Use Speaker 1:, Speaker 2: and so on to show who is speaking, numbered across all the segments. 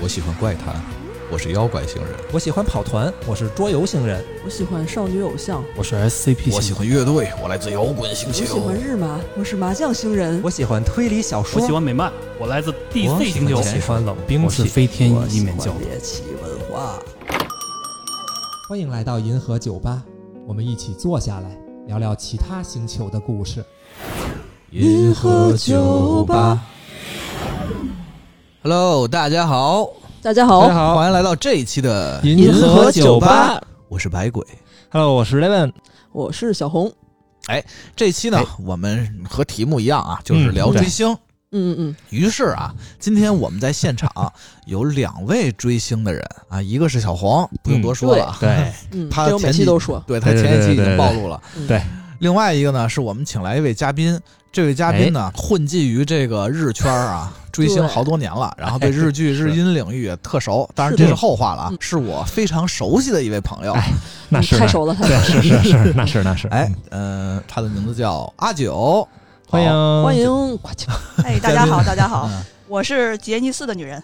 Speaker 1: 我喜欢怪谈，我是妖怪星人，
Speaker 2: 我喜欢跑团，我是桌游星人，
Speaker 3: 我喜欢少女偶像，
Speaker 4: 我是 SCP，
Speaker 1: 我喜欢乐队，我来自摇滚
Speaker 3: 我
Speaker 1: 星
Speaker 3: 喜
Speaker 1: 球
Speaker 3: 欢。日麻，我是麻将星人，
Speaker 2: 我喜欢推理小
Speaker 5: 我
Speaker 2: 说，
Speaker 5: 喜欢美漫，我来自 DC 星球
Speaker 2: 哦我。喜欢冷兵
Speaker 4: 我是
Speaker 2: 器。
Speaker 4: 飞天
Speaker 3: 我
Speaker 4: 一
Speaker 3: 喜
Speaker 4: 面教
Speaker 3: 欢。猎奇文化。
Speaker 2: 欢迎来到银河酒吧，我们一起坐下来聊聊其他星球的故事。
Speaker 3: 银河酒吧。
Speaker 1: Hello，大家好，
Speaker 3: 大家好，
Speaker 2: 好
Speaker 1: 欢迎来到这一期的，
Speaker 2: 银河酒吧
Speaker 1: 我是白鬼。
Speaker 2: ，Hello，我是 Levin，
Speaker 3: 我是小红。
Speaker 1: 这期呢
Speaker 2: 哎，
Speaker 1: 我们和题目一样啊，就是聊
Speaker 2: 嗯对
Speaker 1: 追星。
Speaker 3: 嗯嗯嗯，
Speaker 1: 于是啊，今天我们在现场有两位追星的人啊，一个是小黄，不用多说了啊，
Speaker 4: 对，
Speaker 3: 嗯，
Speaker 1: 他
Speaker 3: 这我每
Speaker 1: 前
Speaker 3: 期
Speaker 1: 几
Speaker 3: 都说，
Speaker 1: 对他
Speaker 4: 对对
Speaker 1: 前一期已
Speaker 4: 对
Speaker 1: 经
Speaker 4: 对
Speaker 1: 暴露了。
Speaker 3: 嗯
Speaker 4: 对
Speaker 1: 另外一个呢，是我们请来一位嘉宾，这位嘉宾
Speaker 4: 哎
Speaker 1: 呢混迹于这个日圈儿啊，追星好多年了，然后对日剧、日音领域也特熟。当然
Speaker 3: 是的
Speaker 1: 这是后话了啊
Speaker 3: 嗯，
Speaker 1: 是我非常熟悉的一位朋友。
Speaker 4: 哎 那
Speaker 3: 你
Speaker 4: 是
Speaker 3: 嗯太
Speaker 4: 那
Speaker 3: 熟了，太
Speaker 4: 对，是是是，那是那是。
Speaker 1: 哎，，呃，他的名字叫阿九，
Speaker 4: 欢
Speaker 1: 好。
Speaker 4: 迎
Speaker 3: 欢迎，快请
Speaker 6: 哎，大家好，大家好
Speaker 1: 嗯，
Speaker 6: 我是杰尼斯的女人。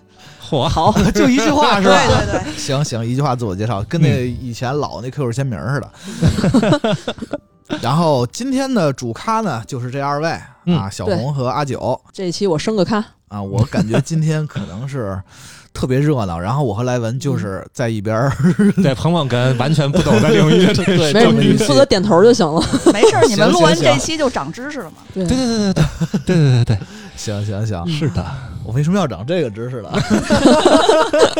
Speaker 4: 嚯，
Speaker 3: 好，
Speaker 1: 就一句话
Speaker 6: 对
Speaker 1: 是吧？
Speaker 6: 对对，
Speaker 1: 行行，一句话自我介绍，跟那以前老那 QQ 签名似的。然后今天的主咖呢，就是这二位啊，
Speaker 4: 嗯
Speaker 1: 小
Speaker 3: 对
Speaker 1: 红和阿九。
Speaker 3: 这一期我升个咖，
Speaker 1: 啊，我感觉今天可能是特别热闹，然后我和莱文
Speaker 4: 嗯
Speaker 1: 就是在一边儿，
Speaker 4: 对，鹏鹏跟完全不懂的领域，这
Speaker 1: 对
Speaker 3: 没
Speaker 1: 这
Speaker 3: 事，
Speaker 1: 么一
Speaker 3: 你
Speaker 1: 期
Speaker 3: 负责点头就行了。
Speaker 6: 没事儿，你们
Speaker 1: 行
Speaker 6: 录完
Speaker 1: 行行
Speaker 6: 这期就长知识了嘛。
Speaker 3: 对
Speaker 4: 对对对对对对对对
Speaker 1: 行行行，
Speaker 4: 对，是的，
Speaker 1: 我为什么要长这个知识了？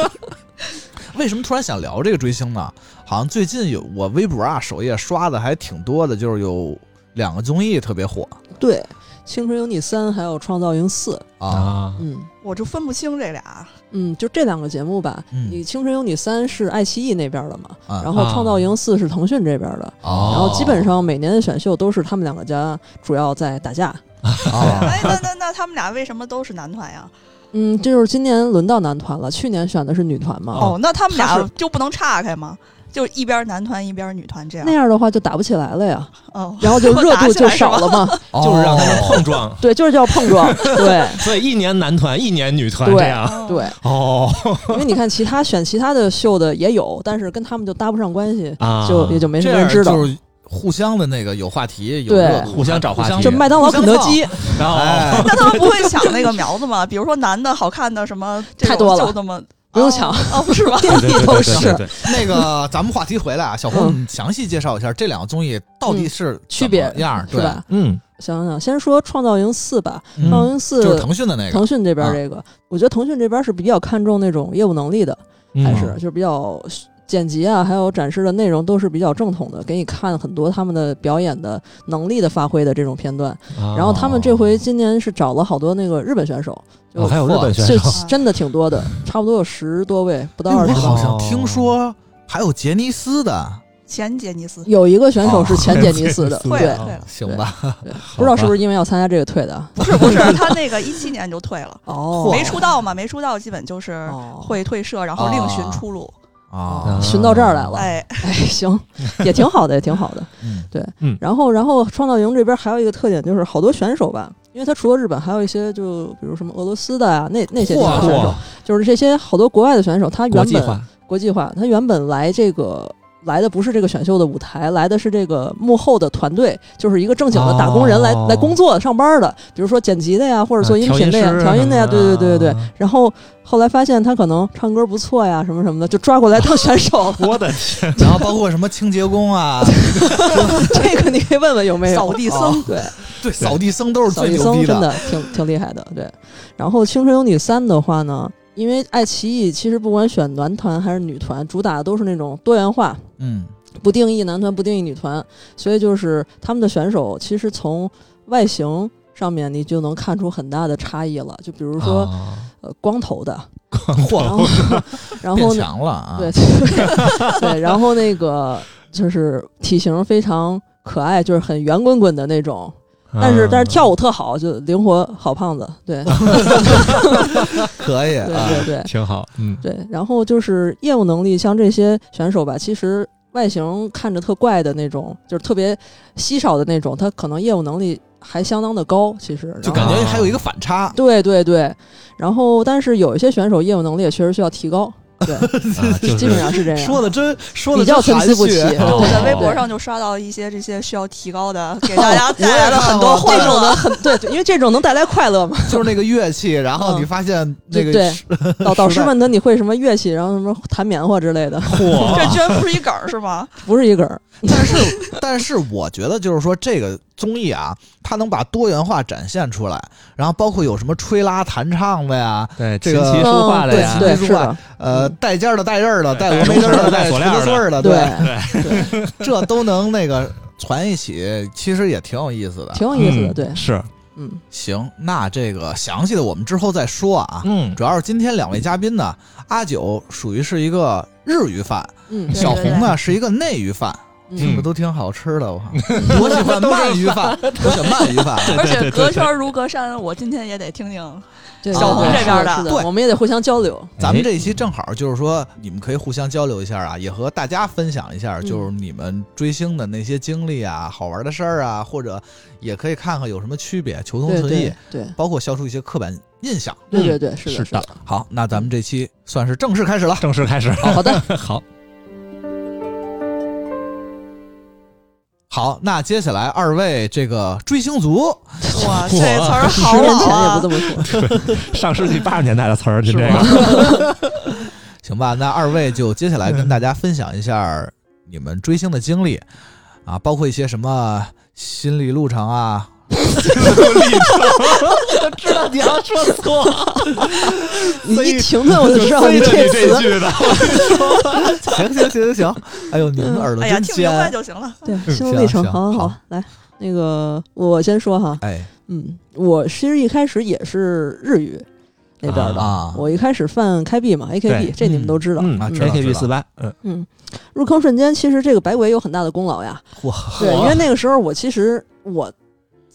Speaker 1: 为什么突然想聊这个追星呢？好像最近有我微博啊首页刷的还挺多的，就是有两个综艺特别火
Speaker 3: 对，《青春有你三》还有《创造营四》，
Speaker 1: 啊，
Speaker 4: 啊，
Speaker 3: 嗯
Speaker 6: 我就分不清这 俩，
Speaker 3: 嗯，就这两个节目吧。
Speaker 1: 嗯
Speaker 3: 你《青春有你三》是爱奇艺那边的嘛，
Speaker 1: 啊
Speaker 3: 然后《
Speaker 4: 啊
Speaker 3: 创造营四》是腾讯这边的。
Speaker 4: 哦
Speaker 3: 然后基本上每年的选秀都是他们两个家主要在打架，
Speaker 1: 啊
Speaker 6: 哎，那那那他们俩为什么都是男团呀？
Speaker 3: 嗯，这就是今年轮到男团了，去年选的是女团嘛，
Speaker 6: 哦，那他们
Speaker 3: 他
Speaker 6: 俩
Speaker 3: 是
Speaker 6: 就不能岔开吗？就一边男团一边女团这样
Speaker 3: 那？样的话就打不起来了呀，
Speaker 6: 啊哦，
Speaker 3: 然后就 热度就少了嘛，
Speaker 4: 就是让他们
Speaker 1: 哦
Speaker 4: 碰撞，
Speaker 3: 对，就是叫碰 撞，对
Speaker 4: 所以一年男团，一年女团
Speaker 3: 对
Speaker 4: 这样。
Speaker 6: 哦，
Speaker 3: 对，
Speaker 4: 哦
Speaker 3: 因为你看其他选其他的秀的也有，但是跟他们就搭不上关系，
Speaker 4: 啊，
Speaker 3: 就也就没什
Speaker 1: 这
Speaker 3: 么人
Speaker 1: 样
Speaker 3: 知道，
Speaker 1: 就是互相的那个有话题，有
Speaker 3: 对
Speaker 1: 热度
Speaker 4: 互相找话题
Speaker 3: 就麦当劳、肯德。
Speaker 1: 互相蹭
Speaker 3: 基，
Speaker 4: 然后
Speaker 1: 哎，
Speaker 6: 那他们不会抢那个苗子吗？比如说男的好看的什 么，这
Speaker 3: 太
Speaker 6: 种
Speaker 3: 多了
Speaker 6: 就那么
Speaker 3: 不用抢
Speaker 6: 哦 哦，是吧？
Speaker 3: 遍
Speaker 4: 对对
Speaker 3: 地
Speaker 4: 对
Speaker 3: 都
Speaker 4: 对对
Speaker 3: 是。
Speaker 4: 对，
Speaker 1: 那 个，咱们话题回来啊，小红，
Speaker 3: 嗯
Speaker 1: 你详细介绍一下这两个综艺到底是
Speaker 3: 区别
Speaker 1: 怎么样儿，
Speaker 3: 是
Speaker 1: 对？
Speaker 3: 吧？
Speaker 4: 嗯，
Speaker 3: 想想，先说《创造营四》吧，《创
Speaker 1: 嗯
Speaker 3: 造营四
Speaker 1: 就是》腾讯的那个
Speaker 3: 腾讯这边
Speaker 1: 啊
Speaker 3: 这个，我觉得腾讯这边是比较看重那种业务能力的，
Speaker 4: 嗯
Speaker 3: 还是就是比较剪辑啊，还有展示的内容都是比较正统的，给你看很多他们的表演的能力的发挥的这种片段。
Speaker 4: 嗯，
Speaker 3: 然后他们这回今年是找了好多那个日本选手，
Speaker 4: 哦还有日本选
Speaker 3: 这
Speaker 4: 手，
Speaker 3: 真的挺多的，差不多有十多位，不到
Speaker 1: 哎
Speaker 3: 二
Speaker 1: 我
Speaker 3: 十
Speaker 1: 好
Speaker 3: 吧。
Speaker 1: 像听说还有杰尼斯的，
Speaker 6: 前杰尼斯
Speaker 3: 有一个选手是前杰 尼斯的，
Speaker 4: 哦
Speaker 6: 退
Speaker 3: 对
Speaker 6: 了，退了，
Speaker 1: 行吧？
Speaker 3: 对，不知道 是不
Speaker 4: 是
Speaker 3: 是因为要参加这个退的啊？
Speaker 6: 不是不是，他那个一七年就退了，
Speaker 3: 哦，
Speaker 6: 没出道嘛，没出道基本就是
Speaker 3: 哦，
Speaker 6: 会退社，然后另寻出路。
Speaker 1: 啊，
Speaker 3: 寻到这儿来了。
Speaker 4: 哦
Speaker 6: 哎，
Speaker 3: 哎，行，也挺好的，也挺好的。
Speaker 1: 嗯
Speaker 3: 对，
Speaker 4: 嗯
Speaker 3: 然后，然后创造营这边还有一个特点就是，好多选手吧，因为他除了日本，还有一些就比如什么俄罗斯的啊，那那些地方的选手，就是这些好多国外的选手，他
Speaker 4: 国
Speaker 3: 原本
Speaker 4: 际化，
Speaker 3: 国际化他原本来这个。来的不是这个选秀的舞台，来的是这个幕后的团队，就是一个正经的打工人来、
Speaker 4: 哦
Speaker 3: 来工作上班的，比如说剪辑的呀，或者做
Speaker 4: 啊
Speaker 3: 音频的呀、
Speaker 4: 调音师啊
Speaker 3: 调音的呀，
Speaker 4: 什么
Speaker 3: 对
Speaker 4: 的
Speaker 3: 对对对对
Speaker 4: 啊。
Speaker 3: 然后后来发现他可能唱歌不错呀，什么什么的，就抓过来当选手了。
Speaker 4: 我的天，
Speaker 1: 然后包括什么清洁工 啊，
Speaker 3: 这个你可以问问有没有
Speaker 6: 扫地僧
Speaker 3: 对，
Speaker 1: 对，扫地僧都是
Speaker 3: 扫
Speaker 1: 最
Speaker 3: 地
Speaker 1: 牛
Speaker 3: 僧
Speaker 1: 逼
Speaker 3: 真的挺挺厉害的。对，然后《青春有你三》的话呢，因为爱奇艺其实不管选男团还是女团，主打的都是那种多元化，
Speaker 1: 嗯，
Speaker 3: 不定义男团，不定义女团，所以就是他们的选手其实从外形。上面你就能看出很大的差异了，就比如说、
Speaker 4: 啊
Speaker 3: 呃光头的，然
Speaker 1: 嚯，
Speaker 3: 后然
Speaker 1: 变
Speaker 3: 后呢，
Speaker 1: 强了啊，
Speaker 3: 对 对对，然后那个就是体型非常可爱，就是很圆滚滚的那种，
Speaker 4: 嗯
Speaker 3: 但是但是跳舞特好，就灵活好胖子，对
Speaker 1: 可以
Speaker 3: 对
Speaker 1: 啊，
Speaker 3: 对对
Speaker 4: 挺好，嗯，
Speaker 3: 对。然后就是业务能力，像这些选手吧，其实外形看着特怪的那种，就是特别稀少的那种，他可能业务能力还相当的高，其实
Speaker 1: 就
Speaker 3: 然
Speaker 1: 感
Speaker 3: 后
Speaker 1: 觉还有一个反差。
Speaker 3: 对对对，然后但是有一些选手业务能力也确实需要提高， 对，
Speaker 4: 啊就
Speaker 3: 基
Speaker 4: 是
Speaker 3: 本上是这样。
Speaker 1: 说的真说的
Speaker 3: 比较参差不齐，
Speaker 4: 哦
Speaker 6: 啊我在
Speaker 3: 对
Speaker 6: 微博上就刷到一些这些需要提高的，给大家带来了很多
Speaker 3: 这
Speaker 6: 欢
Speaker 3: 种的
Speaker 6: 乐。
Speaker 3: 很对，对因为这种能带来快 乐嘛。
Speaker 1: 就是那个乐器，然后你发现那个
Speaker 3: 嗯对
Speaker 1: 是
Speaker 3: 导导师
Speaker 1: 实在
Speaker 3: 问他你会什么乐器，然后什么弹棉花之类的，
Speaker 1: 哦
Speaker 6: 这
Speaker 4: 嚯，
Speaker 6: 居然不是一梗儿是吗？
Speaker 3: 不是一根儿。
Speaker 1: 但是，但是我觉得就是说，这个综艺啊，它能把多元化展现出来，然后包括有什么吹拉弹唱的呀，
Speaker 4: 对，
Speaker 1: 这
Speaker 4: 琴
Speaker 1: 个
Speaker 4: 棋
Speaker 1: 别
Speaker 4: 书画
Speaker 3: 嗯，
Speaker 4: 的
Speaker 3: 对
Speaker 4: 呀，
Speaker 3: 对
Speaker 1: 别
Speaker 3: 是
Speaker 1: 说话
Speaker 3: 的，
Speaker 1: 呃，带尖儿的、带刃儿的、带
Speaker 5: 对
Speaker 1: 峨眉针儿的、带锤
Speaker 5: 带锁链儿
Speaker 1: 子
Speaker 5: 的
Speaker 1: 穗儿的，
Speaker 3: 对，
Speaker 1: 啊对，
Speaker 3: 对
Speaker 1: 这都能那个攒一起，其实也挺有意思的。
Speaker 3: 挺有意思的，
Speaker 4: 嗯
Speaker 3: 对，
Speaker 4: 是，
Speaker 3: 嗯，
Speaker 1: 行，那这个详细的我们之后再说啊。
Speaker 4: 嗯，
Speaker 1: 主要是今天两位嘉宾呢，阿九属于是一个日语饭，
Speaker 3: 嗯，
Speaker 1: 小
Speaker 6: 对对
Speaker 1: 红呢是一个内鱼饭，
Speaker 4: 嗯
Speaker 1: 这都挺好吃的。我靠， 我喜欢鳗鱼饭，我选鳗鱼饭。啊
Speaker 6: 而且隔圈如隔山，我今天也得听听。
Speaker 3: 对
Speaker 1: 小红
Speaker 3: 对
Speaker 1: 这
Speaker 3: 是
Speaker 6: 边的
Speaker 3: 是的，
Speaker 1: 对
Speaker 3: 我们也得互相交流。
Speaker 1: 咱
Speaker 4: 哎
Speaker 1: 们这一期正好就是说，你们可以互相交流一下啊，也和大家分享一下，
Speaker 3: 嗯
Speaker 1: 就是你们追星的那些经历啊、好玩的事儿啊，或者也可以看看有什么区别，求同
Speaker 3: 对
Speaker 1: 存异
Speaker 3: 对，对
Speaker 1: 包括消除一些刻板印象。嗯
Speaker 3: 对对对，
Speaker 4: 是
Speaker 3: 的，是
Speaker 4: 的。
Speaker 1: 好，那咱们这期算是正式开始了。
Speaker 4: 正式开始，
Speaker 3: 好的，
Speaker 4: 好，
Speaker 1: 好，那接下来二位这个追星族，
Speaker 6: 哇，这词儿好
Speaker 3: 十年
Speaker 6: 老
Speaker 3: 前也不
Speaker 6: 啊
Speaker 3: 这！么说，
Speaker 4: 上世纪八十年代的词儿，您这
Speaker 1: 是
Speaker 4: 个
Speaker 1: 行吧？那二位就接下来跟大家分享一下你们追星的经历啊，包括一些什么心理路程啊，
Speaker 4: 知道你要说错，
Speaker 3: 你一停顿我就知道
Speaker 4: 非
Speaker 3: 你
Speaker 4: 得你这
Speaker 3: 词，
Speaker 1: 嗯
Speaker 4: 句的，
Speaker 1: 行行行行行，哎呦，你们的耳朵
Speaker 6: 哎呀，
Speaker 1: 真
Speaker 6: 听明
Speaker 1: 尖。
Speaker 6: 白就行了。
Speaker 3: 对，心路历程，
Speaker 1: 行
Speaker 3: 好好
Speaker 1: 好
Speaker 3: 好，来，那个我先说哈，
Speaker 1: 哎
Speaker 3: 嗯，我其实一开始也是日语那边的，
Speaker 1: 啊，
Speaker 3: 我一开始犯开 B 嘛
Speaker 4: 对
Speaker 3: ，AKB 这你们都知道。
Speaker 4: 嗯
Speaker 1: 啊知道知
Speaker 4: ，AKB
Speaker 1: 道
Speaker 4: 四八，嗯，
Speaker 3: 嗯，入坑瞬间，其实这个百鬼有很大的功劳呀。
Speaker 1: 哇，
Speaker 3: 对，因为那个时候我其实我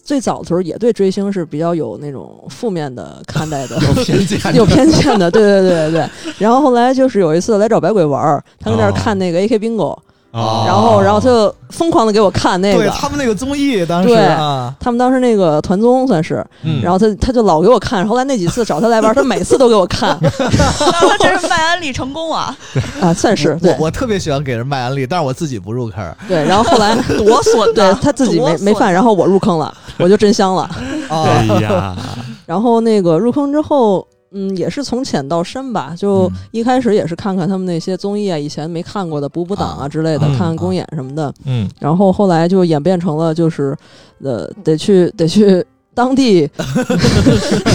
Speaker 3: 最早的时候也对追星是比较有那种负面的看待的
Speaker 1: 。有偏见，
Speaker 3: 有偏见的，对对对对对。然后后来就是有一次来找百鬼玩儿，他跟那儿
Speaker 4: 哦
Speaker 3: 看那个 AK Bingo，、
Speaker 1: 哦
Speaker 3: 然后然后他就疯狂的给我看那
Speaker 1: 对
Speaker 3: 个，
Speaker 1: 他们那个综艺当时
Speaker 3: 对
Speaker 1: 啊，
Speaker 3: 他们当时那个团综算是，
Speaker 4: 嗯
Speaker 3: 然后他他就老给我看，后来那几次找他来玩，他每次都给我 看
Speaker 6: 那他这是卖安利成 功啊！
Speaker 3: 啊，算是对
Speaker 1: 我我特别喜欢给人卖安利，但是我自己不入坑儿
Speaker 3: 对。然后后来
Speaker 6: 多 损
Speaker 3: 对
Speaker 6: 呐！
Speaker 3: 他自己
Speaker 6: 多
Speaker 3: 没
Speaker 6: 损
Speaker 3: 没犯，然后我入坑了，我就真香了。
Speaker 1: 啊
Speaker 4: 哎。呀，
Speaker 3: 然后那个入坑之后，嗯，也是从浅到深吧，就
Speaker 1: 嗯
Speaker 3: 一开始也是看看他们那些综艺啊，以前没看过的补补档
Speaker 1: 啊
Speaker 3: 啊之类的，
Speaker 4: 嗯
Speaker 3: 看看公演什么的。
Speaker 4: 嗯，
Speaker 3: 然后后来就演变成了就是，呃，得去得去。当地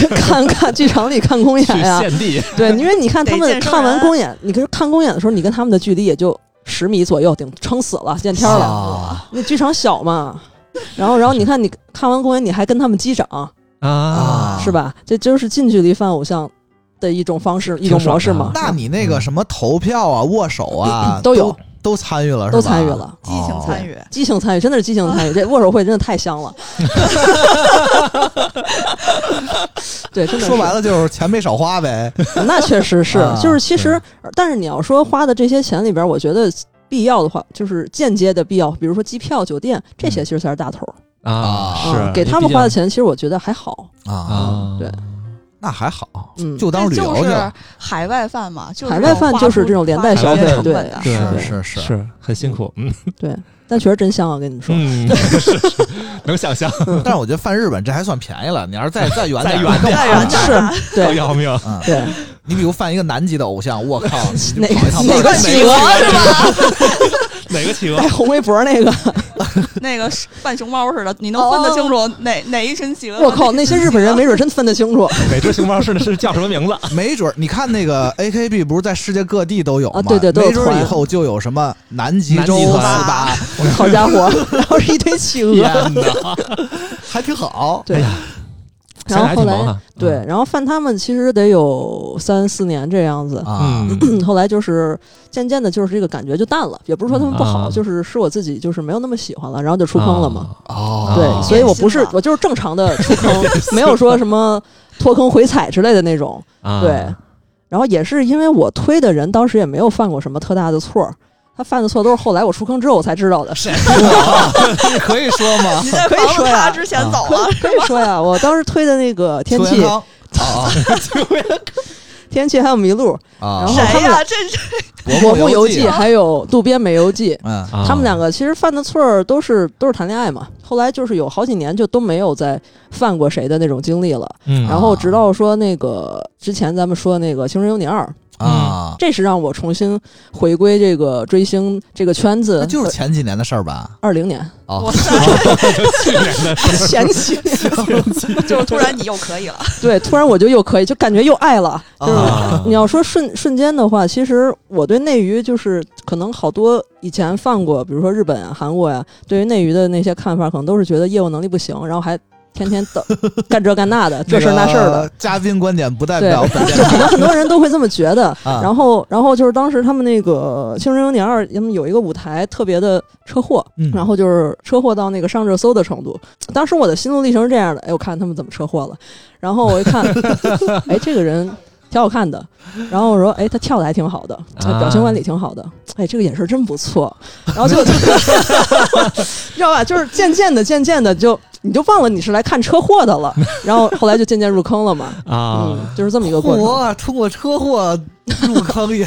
Speaker 3: 看看剧场里看公演
Speaker 4: 去
Speaker 3: 呀、
Speaker 4: 献地，
Speaker 3: 对，因为你看他
Speaker 6: 得
Speaker 3: 们
Speaker 6: 健身
Speaker 3: 看完
Speaker 6: 人啊
Speaker 3: 公演，你跟看公演的时候，你跟他们的距离也就十米左右，顶撑死了，见天儿了。
Speaker 1: 啊
Speaker 3: 那剧场小嘛，然后然后你看你看完公演，你还跟他们击掌，
Speaker 4: 啊，
Speaker 3: 是吧？这就是近距离犯偶像的一种方式，一种模式嘛。嗯
Speaker 1: 那你那个什么投票啊、握手啊，
Speaker 3: 都有
Speaker 1: 都参与了，是吧
Speaker 3: 都参与了，
Speaker 6: 激情参
Speaker 1: 与。
Speaker 6: 与。
Speaker 3: 激情参与真的是激情参与，这握手会真的太香了。 对，真的是
Speaker 1: 说白，了就是钱没少花呗，
Speaker 3: 那确实是
Speaker 1: 啊，
Speaker 3: 就是其实，但是你要说花的这些钱里边，我觉得必要的话，就是间接的必要，比如说机票、酒店这些，其实才是大头。
Speaker 4: 啊，
Speaker 3: 嗯
Speaker 4: 是
Speaker 3: 给他们花的钱，其实我觉得还好。
Speaker 1: 啊，
Speaker 4: 啊，
Speaker 3: 对，
Speaker 1: 那还好，
Speaker 3: 嗯，
Speaker 1: 就当旅游
Speaker 6: 就
Speaker 1: 去
Speaker 6: 是
Speaker 1: 了。
Speaker 6: 海外饭嘛，就是
Speaker 3: 海外饭就是这种连带消
Speaker 1: 费
Speaker 6: 花出这些成本的
Speaker 4: 对
Speaker 3: 对
Speaker 1: 是是
Speaker 4: 是很辛苦，嗯
Speaker 3: 对，但确实真香啊！跟你们说，
Speaker 4: 嗯， 是是能想 象，
Speaker 1: 但是我觉得犯日本这还算便宜了，你要是再再远点
Speaker 4: 再
Speaker 1: 儿，
Speaker 4: 远
Speaker 1: 更
Speaker 6: 点儿
Speaker 1: 麻烦
Speaker 6: 再远点儿
Speaker 3: 是，
Speaker 4: 更
Speaker 3: 对
Speaker 4: 要命，
Speaker 1: 嗯，
Speaker 3: 对，
Speaker 1: 你比如犯一个南极的偶像，我 靠，你
Speaker 3: 哪
Speaker 1: 就跑一趟
Speaker 3: 哪
Speaker 1: 半
Speaker 3: 个
Speaker 1: 儿
Speaker 3: 企鹅是吧？
Speaker 4: 哪个企 鹅
Speaker 3: 戴红围脖那个，
Speaker 6: 那个是扮熊猫似的，你能分得清楚哪哪一群企鹅？
Speaker 3: 哦我靠，那些日本人没准真分得 清楚
Speaker 4: 哪只熊猫是是叫什么名字？
Speaker 1: 没准儿你看那个 A K B 不是在世界各地都有吗？
Speaker 3: 啊对对都有
Speaker 1: 没准儿以
Speaker 3: 团
Speaker 1: 后就有什么南极
Speaker 4: 南
Speaker 1: 洲
Speaker 4: 极
Speaker 1: 四
Speaker 4: 团
Speaker 1: 大，
Speaker 3: 好家伙， 然后是一堆企鹅，
Speaker 1: 天哪， 还挺好。
Speaker 3: 对
Speaker 4: 哎哎呀，
Speaker 3: 然后
Speaker 4: 想想还
Speaker 3: 后
Speaker 4: 挺嗯忙
Speaker 3: 来
Speaker 4: 哈
Speaker 3: 对，然后犯他们其实得有三四年这样子。
Speaker 1: 啊，
Speaker 4: 嗯，
Speaker 3: 嗯后来就是渐渐的，就是这个感觉就淡了，也不是说他们不好，
Speaker 4: 啊
Speaker 3: 就是是我自己就是没有那么喜欢了，然后就出坑了嘛。
Speaker 1: 哦，
Speaker 3: 对，
Speaker 4: 啊
Speaker 3: 所以我不
Speaker 6: 变
Speaker 3: 是
Speaker 6: 心了
Speaker 3: 我就是正常的出坑，没有说什么脱坑回踩之类的那种。
Speaker 4: 啊，
Speaker 3: 对，然后也是因为我推的人当时也没有犯过什么特大的错儿，他犯的错都是后来我出坑之后我才知道的。
Speaker 1: 我可以说吗？
Speaker 6: 你在
Speaker 3: 可以
Speaker 6: 防着
Speaker 3: 说呀
Speaker 6: 他之前走啊
Speaker 3: 可
Speaker 6: 了
Speaker 3: 以，可以说呀，我当时推的那个天
Speaker 1: 邱
Speaker 3: 气
Speaker 1: 元、康啊
Speaker 3: 天气还有麋鹿、
Speaker 1: 啊啊！
Speaker 3: 然后
Speaker 6: 谁呀？这是
Speaker 3: 我
Speaker 1: 我
Speaker 3: 木游
Speaker 1: 游
Speaker 3: 记，还有渡边美游记，
Speaker 1: 嗯，
Speaker 4: 啊
Speaker 3: 他们两个其实犯的错儿都是都是谈恋爱嘛。后来就是有好几年就都没有再犯过谁的那种经历了。
Speaker 4: 嗯
Speaker 3: 然后直到说那个之前咱们说那个《青春有你二》，
Speaker 1: 啊，
Speaker 3: 这是让我重新回归这个追星这个圈
Speaker 1: 那
Speaker 3: 子，
Speaker 1: 就是前几年的事儿吧？
Speaker 3: 二 零年
Speaker 1: 哦
Speaker 6: 我，操！
Speaker 4: 去年的事儿
Speaker 3: 前 几年，
Speaker 6: 就是突然你又可以了，
Speaker 3: 对，突然我就又可以，就感觉又爱了。就是
Speaker 1: 啊
Speaker 3: 你要说瞬瞬间的话，其实我对内娱就是可能好多以前犯过，比如说日本啊、韩国呀、对于内娱的那些看法，可能都是觉得业务能力不行，然后还天天 等干这干那的，这事儿那事儿的。
Speaker 1: 那个嘉宾观点不代
Speaker 3: 对
Speaker 1: 表本，
Speaker 3: 就可能很多人都会这么觉得。
Speaker 1: 啊
Speaker 3: 然后，然后就是当时他们那个《青春有你二》，他们有一个舞台特别的车祸，
Speaker 1: 嗯
Speaker 3: 然后就是车祸到那个上热搜的程度。 当时我的心路历程是这样的：哎，我看他们怎么车祸了，然后我一看， 哎，这个人挺好看的，然后我说，哎，他跳的还挺好的，
Speaker 4: 啊
Speaker 3: 表情管理挺好的，哎，这个眼神真不错，然后就， 你知道吧？就是渐渐的，渐渐的就你就忘了你是来看车祸的了，然后后来就渐渐入坑了嘛。
Speaker 4: 啊，
Speaker 3: 嗯，就是这么一个过程。
Speaker 1: 我通过车祸入坑 也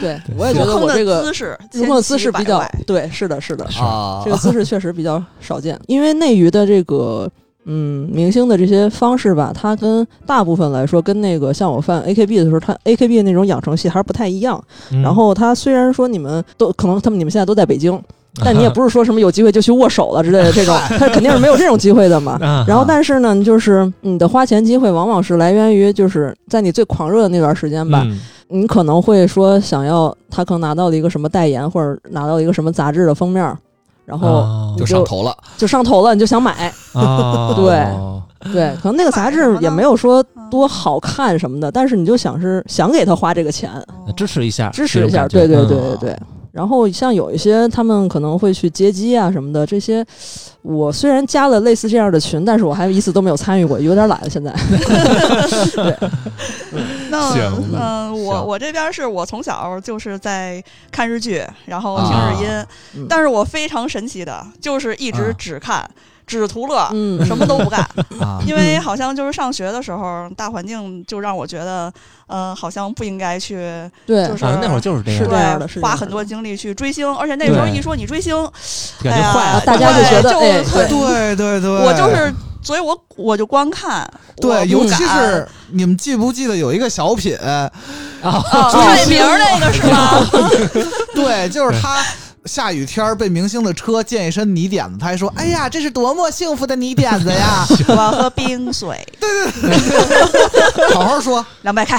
Speaker 3: 对，
Speaker 4: 对
Speaker 3: 我也觉得
Speaker 6: 入
Speaker 3: 我
Speaker 6: 坑
Speaker 3: 这
Speaker 6: 的
Speaker 3: 个
Speaker 6: 姿势，
Speaker 3: 入坑的姿势
Speaker 6: 千奇
Speaker 3: 比
Speaker 6: 百
Speaker 3: 较
Speaker 6: 怪
Speaker 3: 对，是的，是的，
Speaker 1: 啊
Speaker 3: 这个姿势确实比较少见，因为内娱的这个。嗯，明星的这些方式吧，它跟大部分来说，跟那个像我犯 AKB 的时候，它 AKB 那种养成系还是不太一样。
Speaker 4: 嗯
Speaker 3: 然后他虽然说你们都可能他们你们现在都在北 京，但你也不是说什么有机会就去握手了之类的这种，他肯定是没有这种机会的嘛。
Speaker 4: 啊
Speaker 3: 然后但是呢，就是你的花钱机会往往是来源于就是在你最狂热的那段时间吧，
Speaker 4: 嗯
Speaker 3: 你可能会说想要他可能拿到了一个什么代言或者拿到一个什么杂志的封面儿，然后
Speaker 4: 啊
Speaker 3: 就
Speaker 1: 就上头了。
Speaker 3: 就上头了，你就想 买。
Speaker 4: 啊，对，
Speaker 3: 对，可能那个杂志也没有说多好看什么
Speaker 6: 嗯
Speaker 3: 的，但是你就想是想给他花这个钱，
Speaker 4: 支持一下，
Speaker 3: 支持一下，
Speaker 4: 这种
Speaker 3: 对对
Speaker 4: 感觉嗯
Speaker 3: 对对对。然后像有一些他们可能会去接机啊什么的，这些我虽然加了类似这样的群，但是我还一次都没有参与过，有点懒了现 在。
Speaker 6: 那
Speaker 4: 行
Speaker 6: 嗯、我
Speaker 1: 行
Speaker 6: 我这边是我从小就是在看日剧，然后听
Speaker 1: 啊
Speaker 6: 日音，
Speaker 3: 嗯
Speaker 6: 但是我非常神奇的，就是一直
Speaker 1: 啊
Speaker 6: 只看、只图乐。
Speaker 3: 嗯，
Speaker 6: 什么都不干，
Speaker 1: 啊
Speaker 6: 因为好像就是上学的时候，大环境就让我觉得，呃，好像不应该去
Speaker 3: 对
Speaker 6: 就是
Speaker 4: 啊，那会儿就是这
Speaker 3: 是
Speaker 4: 样，
Speaker 3: 这样的是
Speaker 6: 对
Speaker 3: 这样的
Speaker 6: 花很多精力去追星，而且那时候
Speaker 4: 对
Speaker 6: 一说你追星，
Speaker 4: 感觉坏
Speaker 6: 哎呀
Speaker 4: 了，
Speaker 3: 大家就
Speaker 6: 对
Speaker 3: 觉得
Speaker 6: 就
Speaker 3: 哎，
Speaker 6: 很
Speaker 3: 对
Speaker 1: 对对对，
Speaker 6: 我就是，所以我我就观看，我
Speaker 1: 对，
Speaker 6: 不
Speaker 1: 尤其
Speaker 6: 敢
Speaker 1: 是你们记不记得有一个小品？
Speaker 6: 啊，改名儿那个是 吧？
Speaker 1: 对，就是他。下雨天儿被明星的车溅一身泥点子，他还说：“哎呀，这是多么幸福的泥点子呀
Speaker 6: 我要喝冰水，！”
Speaker 1: 好好说，
Speaker 6: 凉白开。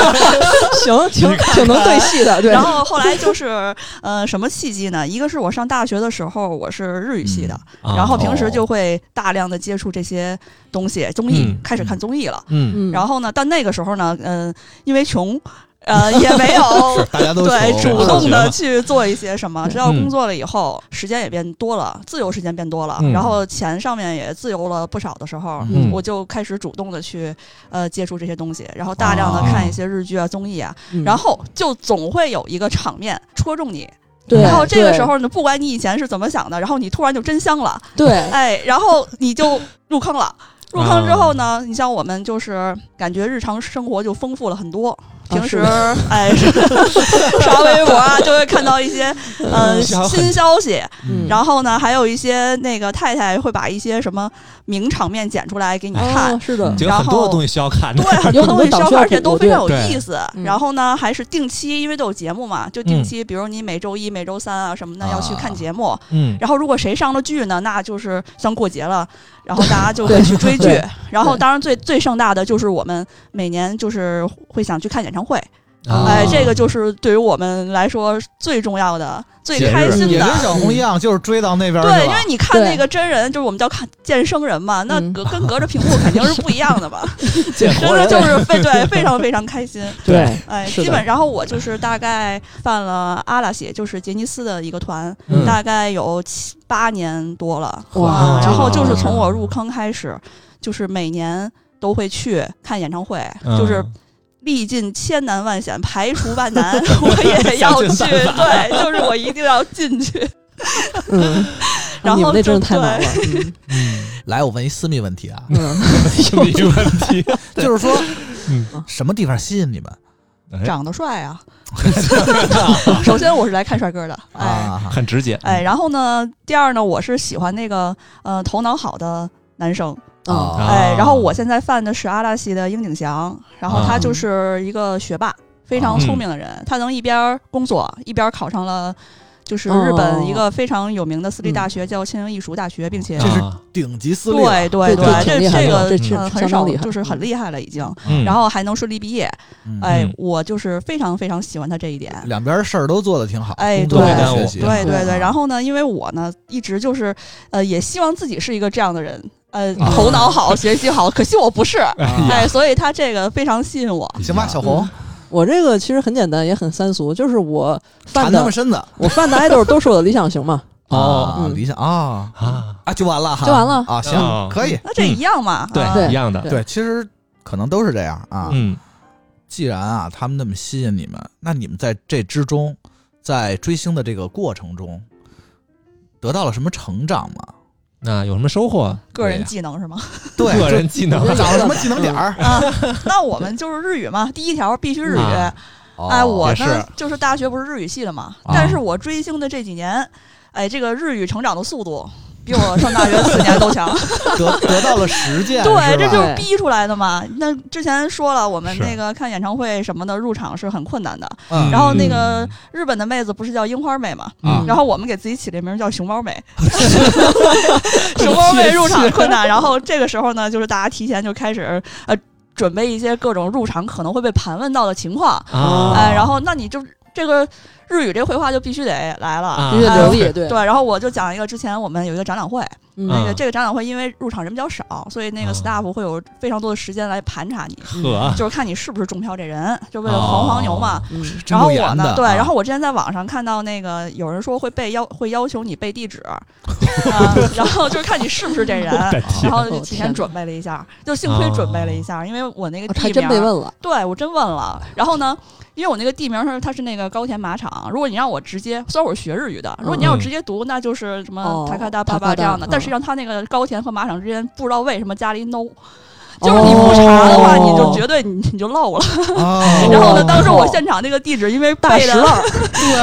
Speaker 3: 行，挺挺能对戏的，对。
Speaker 6: 然后后来就是 呃，什么契机呢？一个是我上大学的时候我是日语系的，
Speaker 4: 嗯
Speaker 6: 然后平时就会大量的接触这些东西，综艺、
Speaker 4: 嗯
Speaker 6: 开始看综艺了。
Speaker 4: 嗯
Speaker 3: 嗯，
Speaker 6: 然后呢，但那个时候呢，嗯、因为穷， 呃，也没有
Speaker 1: 大家都
Speaker 6: 对
Speaker 1: 穷
Speaker 6: 主
Speaker 4: 上
Speaker 6: 动
Speaker 4: 学
Speaker 6: 的
Speaker 4: 嘛
Speaker 6: 去做一些什么。
Speaker 3: 对
Speaker 6: 直到工
Speaker 4: 嗯
Speaker 6: 作了以后，时间也变多了，自由时间变多了，
Speaker 4: 嗯
Speaker 6: 然后钱上面也自由了不少的时候，
Speaker 4: 嗯
Speaker 6: 我就开始主动的去呃接触这些东西，然后大量的看一些日剧啊、综艺啊，
Speaker 3: 嗯
Speaker 6: 然后就总会有一个场面戳中你，
Speaker 3: 对，
Speaker 6: 然后这个
Speaker 3: 对
Speaker 6: 时候呢，不管你以前是怎么想的，然后你突然就真香了，
Speaker 3: 对
Speaker 6: 哎，然后你就入坑了。入坑之后呢，你像我们就是感觉日常生活就丰富了很多。平时、
Speaker 3: 啊是
Speaker 6: 哎 刷微博啊，就会看到一些呃新消息，
Speaker 3: 嗯
Speaker 6: 然后呢，还有一些那个太太会把一些什么名场面剪出来给你看，
Speaker 3: 哦，是的，
Speaker 4: 就有很多的东西需要看的
Speaker 6: 对，，很
Speaker 3: 有很多
Speaker 6: 多东西
Speaker 3: 档
Speaker 6: 消
Speaker 3: 期
Speaker 6: 费，
Speaker 3: 要
Speaker 6: 而且
Speaker 3: 补
Speaker 6: 都非
Speaker 3: 对
Speaker 6: 常有
Speaker 4: 对
Speaker 6: 意思。
Speaker 3: 嗯
Speaker 6: 然后呢，还是定期，因为都有节目嘛，就
Speaker 4: 嗯
Speaker 6: 定期，比如你每周一、每周三啊什么的要去看节目。
Speaker 4: 嗯，
Speaker 6: 然后如果谁上了剧呢，那就是像过节了，然后大家就会去 追剧
Speaker 3: 对。
Speaker 6: 然后
Speaker 3: 对
Speaker 6: 当然最最盛大的就是我们每年就是会想去看演唱会，
Speaker 4: 啊
Speaker 6: 哎，这个就是对于我们来说最重要的、最
Speaker 4: 节日
Speaker 6: 开心
Speaker 1: 也
Speaker 6: 的
Speaker 1: 跟。小红一样，就是追到那边去
Speaker 6: 对，因为
Speaker 1: 了。
Speaker 6: 你看
Speaker 3: 对
Speaker 6: 那个真人，就是我们叫看见生人嘛，那
Speaker 3: 嗯
Speaker 6: 隔跟隔着屏幕肯定是不一样 的吧，
Speaker 4: 见
Speaker 6: 真的就是非对非常非常开心。
Speaker 3: 对，
Speaker 6: 哎，
Speaker 3: 是的
Speaker 6: 基本，然后我就是大概办了阿拉西，就是杰尼斯的一个团，
Speaker 4: 嗯
Speaker 6: 大概有七八年多了。
Speaker 3: 哇
Speaker 6: 嗯然后就是
Speaker 4: 这个
Speaker 6: 从我入坑开始，就是每年都会去看演唱会，
Speaker 4: 嗯
Speaker 6: 就是历尽千难万险，排除万 难，我也要去。
Speaker 4: 想尽办
Speaker 6: 对，就是我一定要进去。
Speaker 3: 嗯，
Speaker 6: 然后
Speaker 3: 你们那
Speaker 6: 就
Speaker 3: 真的太难了，嗯
Speaker 1: 来，我问一私密问题啊，
Speaker 3: 嗯，
Speaker 4: 心理问题，
Speaker 1: 就是说
Speaker 4: 嗯，
Speaker 1: 什么地方吸引你们哎
Speaker 6: 长得帅 啊！首先我是来看帅哥的，哎
Speaker 1: 啊？
Speaker 4: 很直接。
Speaker 6: 哎，然后呢，第二呢，我是喜欢那个呃头脑好的男生，
Speaker 4: 哦
Speaker 1: 啊
Speaker 3: 啊，
Speaker 6: 哎，然后我现在犯的是阿拉西的樱井翔，然后
Speaker 1: 啊
Speaker 6: 他就是一个学霸，非
Speaker 1: 嗯
Speaker 6: 常聪明的人，他能一边工作一边考上了。就是日
Speaker 3: 哦
Speaker 6: 本一个非常有名的私立大学，叫庆应艺术大学，并且
Speaker 1: 嗯这是
Speaker 4: 啊
Speaker 1: 顶级私立了，
Speaker 6: 对对
Speaker 3: 这
Speaker 6: 对，
Speaker 3: 挺
Speaker 6: 这
Speaker 3: 厉害
Speaker 6: 这
Speaker 3: 的
Speaker 6: 个
Speaker 3: 这挺
Speaker 6: 呃
Speaker 3: 相
Speaker 6: 很
Speaker 3: 当
Speaker 6: 少
Speaker 3: 厉害
Speaker 6: 就是很
Speaker 3: 嗯
Speaker 6: 厉害了已经，
Speaker 4: 嗯
Speaker 6: 然后还能顺利毕业，
Speaker 1: 嗯
Speaker 6: 哎
Speaker 4: 嗯，
Speaker 6: 我就是非常非常喜欢他这一点。
Speaker 1: 两边事儿都做得挺好，
Speaker 6: 哎
Speaker 1: 工作
Speaker 6: 对
Speaker 1: 也
Speaker 4: 对
Speaker 1: 学习也好
Speaker 6: 对对对，
Speaker 1: 啊
Speaker 6: 然后呢，因为我呢一直就是呃，也希望自己是一个这样的人，呃，
Speaker 4: 啊
Speaker 6: 头脑好，学习好，可惜我不是，
Speaker 1: 啊
Speaker 6: 哎，所以他这个非常吸引我。
Speaker 1: 行
Speaker 4: 嗯
Speaker 1: 吧，小红
Speaker 3: 嗯我这个其实很简单，也很三俗，就是我
Speaker 1: 缠
Speaker 3: 犯
Speaker 1: 他
Speaker 3: 的
Speaker 1: 们身子
Speaker 3: 我犯的 idol 都是我的理想型嘛，
Speaker 4: 哦
Speaker 1: 啊
Speaker 3: 嗯
Speaker 1: 理想啊
Speaker 4: 啊，
Speaker 1: 啊，就完了哈，
Speaker 3: 就完了
Speaker 1: 啊，行
Speaker 4: 啊，
Speaker 1: 可以，
Speaker 6: 那这一样嘛，啊
Speaker 4: 对，一样的，
Speaker 3: 对
Speaker 1: 对，其实可能都是这样啊。
Speaker 4: 嗯
Speaker 1: 既然啊，他们那么吸引你们，那你们在这之中，在追星的这个过程中，得到了什么成长吗？
Speaker 4: 那有什么收获？
Speaker 6: 个人
Speaker 1: 对呀
Speaker 6: 技能是吗？
Speaker 1: 对，
Speaker 4: 个人技能
Speaker 3: 我觉得
Speaker 1: 长了什么技能点儿？
Speaker 6: 啊，那我们就是日语嘛，第一条必须日语。
Speaker 4: 啊
Speaker 6: 哎，
Speaker 1: 哦
Speaker 6: 我
Speaker 4: 也
Speaker 6: 呢
Speaker 4: 是
Speaker 6: 就是大学不是日语系的嘛，
Speaker 1: 啊
Speaker 6: 但是我追星的这几年，哎，这个日语成长的速度比我上大学四年都强。
Speaker 1: 得得到了实践，
Speaker 6: 对，这
Speaker 1: 是吧
Speaker 6: 就是逼出来的嘛。那之前说了，我们
Speaker 4: 是
Speaker 6: 那个看演唱会什么的入场是很困难的。
Speaker 1: 嗯
Speaker 6: 然后那个日本的妹子不是叫樱花妹嘛？
Speaker 4: 啊
Speaker 6: 然后我们给自己起了名叫熊 猫妹，熊猫妹入场困 难。然后这个时候呢，就是大家提前就开始呃准备一些各种入场可能会被盘问到的情况，
Speaker 4: 啊，
Speaker 6: 哎，然后那你就这个日语这绘画就必须得来了。
Speaker 4: 啊
Speaker 3: 必须得流利，对
Speaker 6: 对，然后我就讲一个，之前我们有一个展览会，那
Speaker 3: 嗯
Speaker 6: 个这个展览会因为入场人比较少，所以那个
Speaker 4: 啊
Speaker 6: staff 会有非常多的时间来盘查 你，
Speaker 3: 啊
Speaker 4: 呵，
Speaker 6: 就是看你是不是中票这人，就
Speaker 4: 哦
Speaker 6: 为了黄黄牛嘛。
Speaker 3: 嗯
Speaker 1: 真
Speaker 6: 然后
Speaker 1: 够
Speaker 6: 我
Speaker 1: 严
Speaker 6: 呢，
Speaker 1: 的，
Speaker 6: 对，
Speaker 1: 啊
Speaker 6: 然后我之前在网上看到那个有人说会被要会要求你背地 址，啊然后就是看你是不是这人，然
Speaker 1: 啊
Speaker 6: 后就提前准备了一下，就幸亏准备了一下，因为我那个
Speaker 3: 我还
Speaker 6: 地
Speaker 3: 哦真
Speaker 6: 名
Speaker 3: 被
Speaker 6: 儿，
Speaker 3: 问了，
Speaker 6: 对我真问了。然后呢，因为我那个地名是它是那个高田马场，如果你让我直接，虽然我是学日语的，如果你让
Speaker 4: 嗯
Speaker 6: 我直接读，那就是什么
Speaker 3: 哦
Speaker 6: 塔卡达巴
Speaker 3: 塔卡
Speaker 6: 巴
Speaker 3: 达
Speaker 6: 这样的，
Speaker 3: 嗯
Speaker 6: 但实际上它那个高田和马场之间不知道为什么加了一 no。就是你不查的话，
Speaker 3: 哦
Speaker 6: 你就绝对你你就漏了。
Speaker 1: 哦
Speaker 6: 然后呢，
Speaker 3: 哦
Speaker 6: 当时我现场那个地址，因为
Speaker 3: 大
Speaker 6: 背
Speaker 3: 石
Speaker 6: 的
Speaker 3: 烂儿，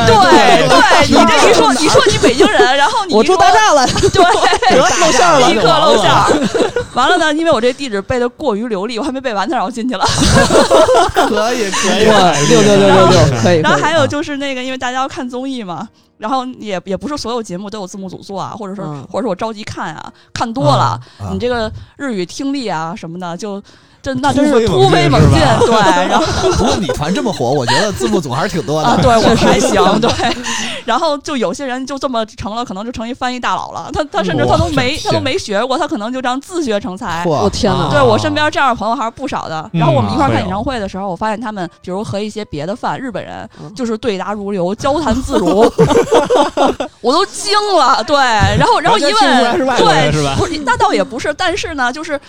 Speaker 6: 对 对，你这一说，你说你北京人，然后你
Speaker 3: 我
Speaker 6: 一
Speaker 3: 住
Speaker 6: 说
Speaker 3: 大栅栏，
Speaker 6: 对，露馅
Speaker 4: 了
Speaker 6: 立刻露馅
Speaker 3: 啊
Speaker 6: 儿。 完了呢，因为我这地址背的过于流利，我还没背完，他让我进去了。
Speaker 1: 可以可 以，
Speaker 3: 哇，六六六六六，可以。
Speaker 6: 然后
Speaker 3: 可以
Speaker 6: 还
Speaker 3: 啊
Speaker 6: 有就是那个，因为大家要看综艺嘛。然后也也不是所有节目都有字幕组做啊，或者说、
Speaker 3: 嗯
Speaker 6: 或者说我着急看啊，看多了，
Speaker 1: 啊
Speaker 6: 你这个日语听力啊什么的，就真那真是
Speaker 4: 突
Speaker 6: 突
Speaker 4: 飞
Speaker 6: 飞
Speaker 4: 猛
Speaker 6: 猛
Speaker 4: 进
Speaker 6: 进，对，然后
Speaker 1: 不过你团这么火，我觉得字幕组还是挺多
Speaker 6: 啊，
Speaker 1: 的。
Speaker 6: 对我还行，对。 然后就有些人就这么成了，可能就成一翻译大佬了。他他甚至他都没
Speaker 4: 哇
Speaker 6: 他都没学过，他可能就这样自学成才。
Speaker 1: 嚯
Speaker 3: 我天哪，
Speaker 6: 对我身边这样的朋友还是不少的。然后我们一块儿
Speaker 4: 嗯
Speaker 6: 看演唱会的时候，我发现他们比如和一些别的饭日本人
Speaker 3: 嗯
Speaker 6: 就是对答如流，交谈自如， 我都惊了。对，然后然后一
Speaker 4: 完全听不出来是
Speaker 6: 问，
Speaker 4: 外国人
Speaker 6: 对，
Speaker 4: 是吧
Speaker 6: 不是那倒也不是，但是呢，就是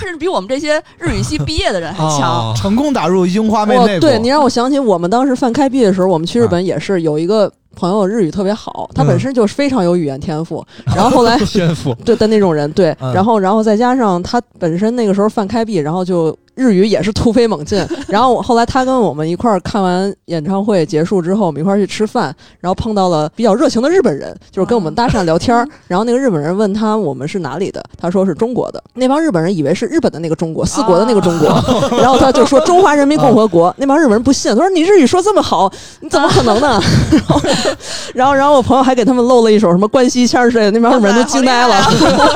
Speaker 6: 甚至比我们这些日语系毕业的人还强。
Speaker 4: 哦
Speaker 1: 成功打入樱花妹
Speaker 3: 哦
Speaker 1: 内，部，啊
Speaker 3: 对你让我想起我们当时犯开闭的时候，我们去日本也是有一个朋友日语特别好，他
Speaker 1: 嗯
Speaker 3: 本身就是非常有语言天赋，然后后来
Speaker 4: 天 赋
Speaker 3: 对的那种人，对，
Speaker 1: 嗯
Speaker 3: 然后然后再加上他本身那个时候犯开闭，然后就日语也是突飞猛进，然后我后来他跟我们一块儿看完演唱会结束之后，我们一块儿去吃饭，然后碰到了比较热情的日本人，就是跟我们搭讪聊天儿，然后那个日本人问他我们是哪里的，他说是中国的，那帮日本人以为是日本的那个中国，四国的那个中国，然后他就说中华人民共和国，那帮日本人不信，他说你日语说这么好，你怎么可能呢？ 然后然后然后我朋友还给他们露了一手什么关西腔儿之类的，那帮日本人都惊呆了。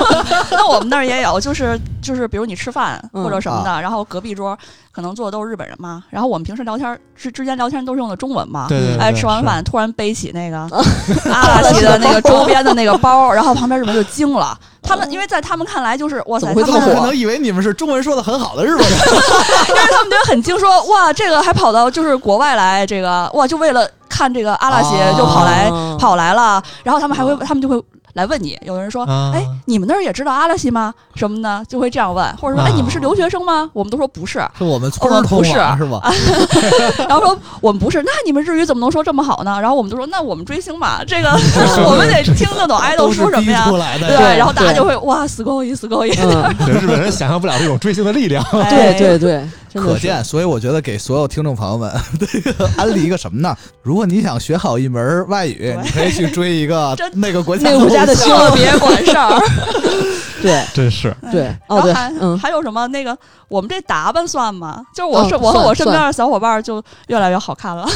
Speaker 6: 那我们那儿也有，就是就是，比如你吃饭
Speaker 3: 嗯
Speaker 6: 或者什么的，然后隔壁桌可能坐的都是日本人嘛，然后我们平时聊天儿之之间聊天都是用的中文嘛。
Speaker 4: 对对对
Speaker 6: 哎，
Speaker 4: 对
Speaker 6: 吃完
Speaker 4: 是
Speaker 6: 饭突然背起 那个阿拉西的那个周边的那个包，然后旁边日本人就惊了，他们因为在他们看来就是哇塞，
Speaker 3: 怎么会
Speaker 6: 他
Speaker 3: 这
Speaker 1: 他
Speaker 6: 们
Speaker 3: 么
Speaker 1: 们
Speaker 3: 火啊
Speaker 1: 可能以为你们是中文说的很好的日 本人，
Speaker 6: 但是他们觉得很惊，说哇这个还跑到就是国外来，这个哇就为了看这个阿拉西
Speaker 1: 哦
Speaker 6: 就跑来
Speaker 3: 哦
Speaker 6: 跑来了，然后他们还会他们就会。来问你。有的人说，
Speaker 4: 啊
Speaker 6: 哎，你们那儿也知道阿拉西吗？什么的，就会这样问，或者说，哎，你们是留学生吗？我们都说不是，
Speaker 1: 是我们村儿通网
Speaker 6: 哦
Speaker 1: 是吧？
Speaker 3: 哎
Speaker 6: 然后说我们不是，那你们日语怎么能说这么好呢？然后我们就说，那我们追星嘛，这个我们得听得懂 idol 说什么呀
Speaker 1: 都是逼？出来的
Speaker 6: 对，
Speaker 3: 对
Speaker 6: 然后大家
Speaker 3: 对
Speaker 6: 就会哇，死勾一死勾一，
Speaker 3: 嗯，
Speaker 4: 可能日本人想象不了这种追星的力量。
Speaker 6: 哎
Speaker 3: 对对对，真的
Speaker 1: 可
Speaker 3: 是
Speaker 1: 见，所以我觉得给所有听众朋友们， 这个安利一个什么呢？如果你想学好一门外语，你可以去追一 个
Speaker 6: 真
Speaker 1: 那个国家
Speaker 3: 那个国家的新
Speaker 6: 特
Speaker 3: 闻，
Speaker 6: 别管事儿。
Speaker 3: 对
Speaker 4: 真是
Speaker 3: 对
Speaker 6: 哎
Speaker 3: 哦对
Speaker 6: 然后还、
Speaker 3: 嗯
Speaker 6: 还有什么那个，我们这打扮算吗？就是我
Speaker 3: 哦
Speaker 6: 是、我和
Speaker 3: 算
Speaker 6: 我身边的小伙伴儿就越来越好看了。
Speaker 3: 啊，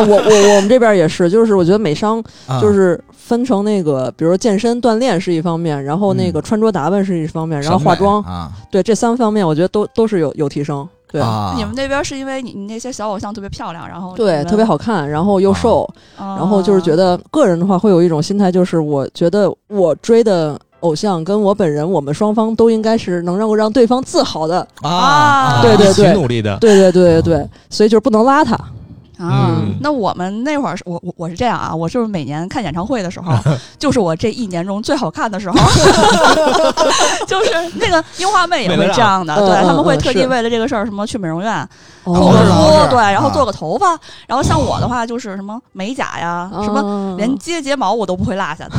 Speaker 3: 我我我们这边也是，就是我觉得美商
Speaker 1: 啊
Speaker 3: 就是分成那个，比如健身锻炼是一方面，然后那个穿着打扮是一方面，然后
Speaker 1: 审美
Speaker 3: 化妆，
Speaker 1: 啊
Speaker 3: 对这三方面，我觉得都都是有有提升，对、
Speaker 1: 啊，
Speaker 6: 你们那边是因为你你那些小偶像特别漂亮，然后
Speaker 3: 对，特别，好看，然后又瘦，
Speaker 6: 啊、
Speaker 3: 然后就是觉得个人的话会有一种心态，就是我觉得我追的。偶像跟我本人，我们双方都应该是能够让对方自豪的，
Speaker 1: 啊，
Speaker 3: 对对
Speaker 4: 一起努力的，
Speaker 3: 对对对对对，所以就是不能邋遢，
Speaker 6: 啊、
Speaker 4: 嗯
Speaker 6: 那我们那会儿是我我我是这样啊，我就是每年看演唱会的时候，就是我这一年中最好看 的时候，就是那个樱花妹也会这样的，
Speaker 3: 美得
Speaker 6: 对
Speaker 3: 了，
Speaker 6: 他们会
Speaker 3: 嗯嗯
Speaker 6: 特地
Speaker 3: 是
Speaker 6: 为了这个事儿什么去美容院
Speaker 3: 哦
Speaker 6: 护
Speaker 1: 是
Speaker 6: 个
Speaker 1: 的
Speaker 6: 肤，
Speaker 1: 是
Speaker 6: 对，然后
Speaker 1: 啊
Speaker 6: 做个头发，然后像我的话就是什么美甲呀，
Speaker 3: 哦
Speaker 6: 什么
Speaker 3: 么
Speaker 6: 连接睫毛我都不会落下的，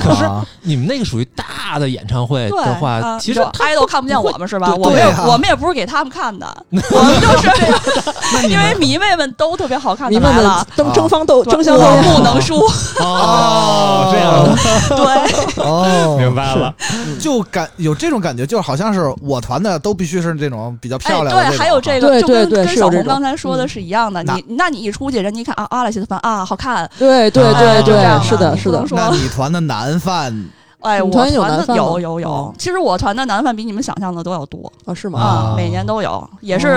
Speaker 4: 可是
Speaker 1: 啊
Speaker 4: 你们那个属于大的演唱会
Speaker 6: 对
Speaker 4: 哎的
Speaker 6: 啊
Speaker 4: 话，其实
Speaker 6: 就 idol 看不见我们是吧？
Speaker 1: 对
Speaker 6: 我们也
Speaker 1: 对啊
Speaker 6: 我们也不是给他们 看的，我们就是因为迷妹们都特别好看
Speaker 3: 迷
Speaker 6: 的
Speaker 3: 们
Speaker 6: 来
Speaker 3: 们
Speaker 6: 了，
Speaker 3: 争
Speaker 1: 啊
Speaker 3: 争方斗，
Speaker 6: 对
Speaker 3: 争相斗
Speaker 6: 我
Speaker 3: 艳，
Speaker 6: 不 能输，哎
Speaker 4: 哦，这样
Speaker 6: 对，
Speaker 1: 哦，
Speaker 4: 明白了，
Speaker 1: 就感有这种感觉，就好像是我团的都必须是这种比较漂亮的
Speaker 6: 哎，
Speaker 1: 种啊
Speaker 6: 对，还有这
Speaker 3: 对
Speaker 6: 个，就
Speaker 3: 对
Speaker 6: 跟
Speaker 3: 对
Speaker 6: 跟
Speaker 3: 是有
Speaker 6: 小
Speaker 3: 这
Speaker 6: 红
Speaker 3: 种嗯
Speaker 6: 刚才说的是一样的。
Speaker 1: 那
Speaker 6: 你那你一出去，人家一看啊，阿拉西的饭啊，好看，
Speaker 3: 对对对
Speaker 6: 哎就这
Speaker 3: 对，
Speaker 6: 样了
Speaker 3: 啊是的，
Speaker 6: 你
Speaker 3: 是
Speaker 6: 不
Speaker 3: 的
Speaker 6: 能，说
Speaker 1: 那你团的男饭
Speaker 6: 哎，
Speaker 3: 你
Speaker 6: 我
Speaker 3: 团有
Speaker 6: 团
Speaker 3: 男
Speaker 6: 的
Speaker 3: 饭
Speaker 6: 有
Speaker 3: 吗
Speaker 6: 有有
Speaker 3: 哦，
Speaker 6: 其实我团的男饭比你们想象的都要多
Speaker 3: 啊，是吗？
Speaker 6: 啊
Speaker 4: 啊，
Speaker 6: 每年都有，也是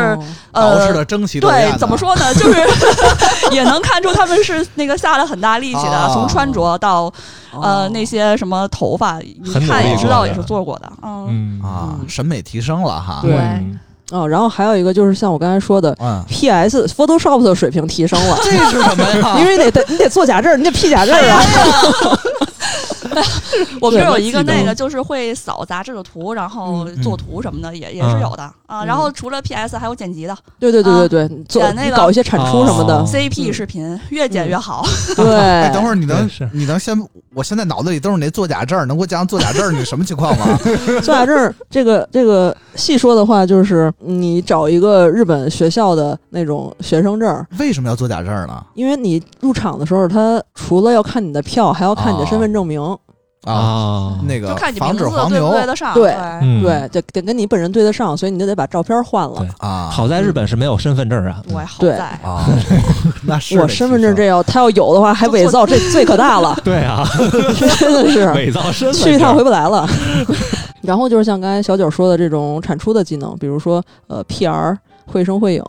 Speaker 3: 哦
Speaker 1: 捯饬
Speaker 6: 呃。
Speaker 1: 的争奇斗艳
Speaker 6: 对
Speaker 1: 的，
Speaker 6: 怎么说 呢？就是 也能看出他们是那个下了很大力气的，
Speaker 1: 哦
Speaker 6: 从穿着到呃
Speaker 3: 哦
Speaker 6: 那些什么头发，一
Speaker 4: 很努
Speaker 6: 看
Speaker 4: 力
Speaker 6: 也知
Speaker 4: 过
Speaker 6: 道
Speaker 4: 的
Speaker 6: 也是做过的。嗯，
Speaker 4: 嗯
Speaker 1: 啊？
Speaker 3: 嗯
Speaker 1: 审美提升了哈，
Speaker 3: 对
Speaker 4: 嗯
Speaker 3: 哦，然后还有一个就是像我刚才说的
Speaker 1: 嗯，，
Speaker 3: ，PS Photoshop 的水平提升了
Speaker 1: 这是什么
Speaker 6: 啊
Speaker 1: 呀？
Speaker 3: 因为得得你得做假证，你得 P 假证 啊，
Speaker 6: 哎我们这儿有一个
Speaker 3: 什么技
Speaker 6: 那
Speaker 3: 能
Speaker 6: 个，就是会扫杂志的图，然后
Speaker 1: 嗯
Speaker 6: 做图什么的，也也是有的啊。然后除了 PS 还有剪辑的，
Speaker 3: 对对对对对，你做
Speaker 6: 啊剪那
Speaker 3: 你
Speaker 6: 个
Speaker 3: 搞一些产出什么的
Speaker 4: 哦，
Speaker 6: CP
Speaker 3: 嗯
Speaker 6: 视频，越剪越好。
Speaker 1: 哎，
Speaker 3: 对，
Speaker 1: 等会儿你能
Speaker 4: 对是
Speaker 1: 你能先，我现在脑子里都是那做假证儿，能给我讲讲做假证儿你什么情况 吗？
Speaker 3: 做假证这个这个细说的话，就是你找一个日本学校的那种学生证，
Speaker 1: 为什么要做假证儿呢？
Speaker 3: 因为你入场的时候，他除了要看你的票，还要看你的身份证明，
Speaker 1: 啊，
Speaker 4: 啊，
Speaker 1: 那个
Speaker 6: 就看你
Speaker 1: 防
Speaker 6: 名
Speaker 1: 止
Speaker 6: 字
Speaker 1: 黄
Speaker 6: 对不
Speaker 1: 牛
Speaker 6: 对得上。
Speaker 3: 对
Speaker 4: 嗯
Speaker 3: 对，得得跟你本人对得上，所以你就得把照片换了
Speaker 4: 对。
Speaker 1: 啊，
Speaker 4: 好在日本是没有身份证啊，，
Speaker 6: 我好
Speaker 3: 对
Speaker 6: 在
Speaker 1: 啊，那是
Speaker 3: 我
Speaker 1: 得
Speaker 3: 身
Speaker 1: 提
Speaker 3: 份证
Speaker 1: 升
Speaker 3: 这要他要有的话，还伪造，这罪可大了
Speaker 4: 对啊，
Speaker 3: 真的是。
Speaker 4: 伪造身份证
Speaker 3: 去一趟回不来了。 然后就是像刚才小九说的这种产出的技能，比如说呃 PR 绘声绘影，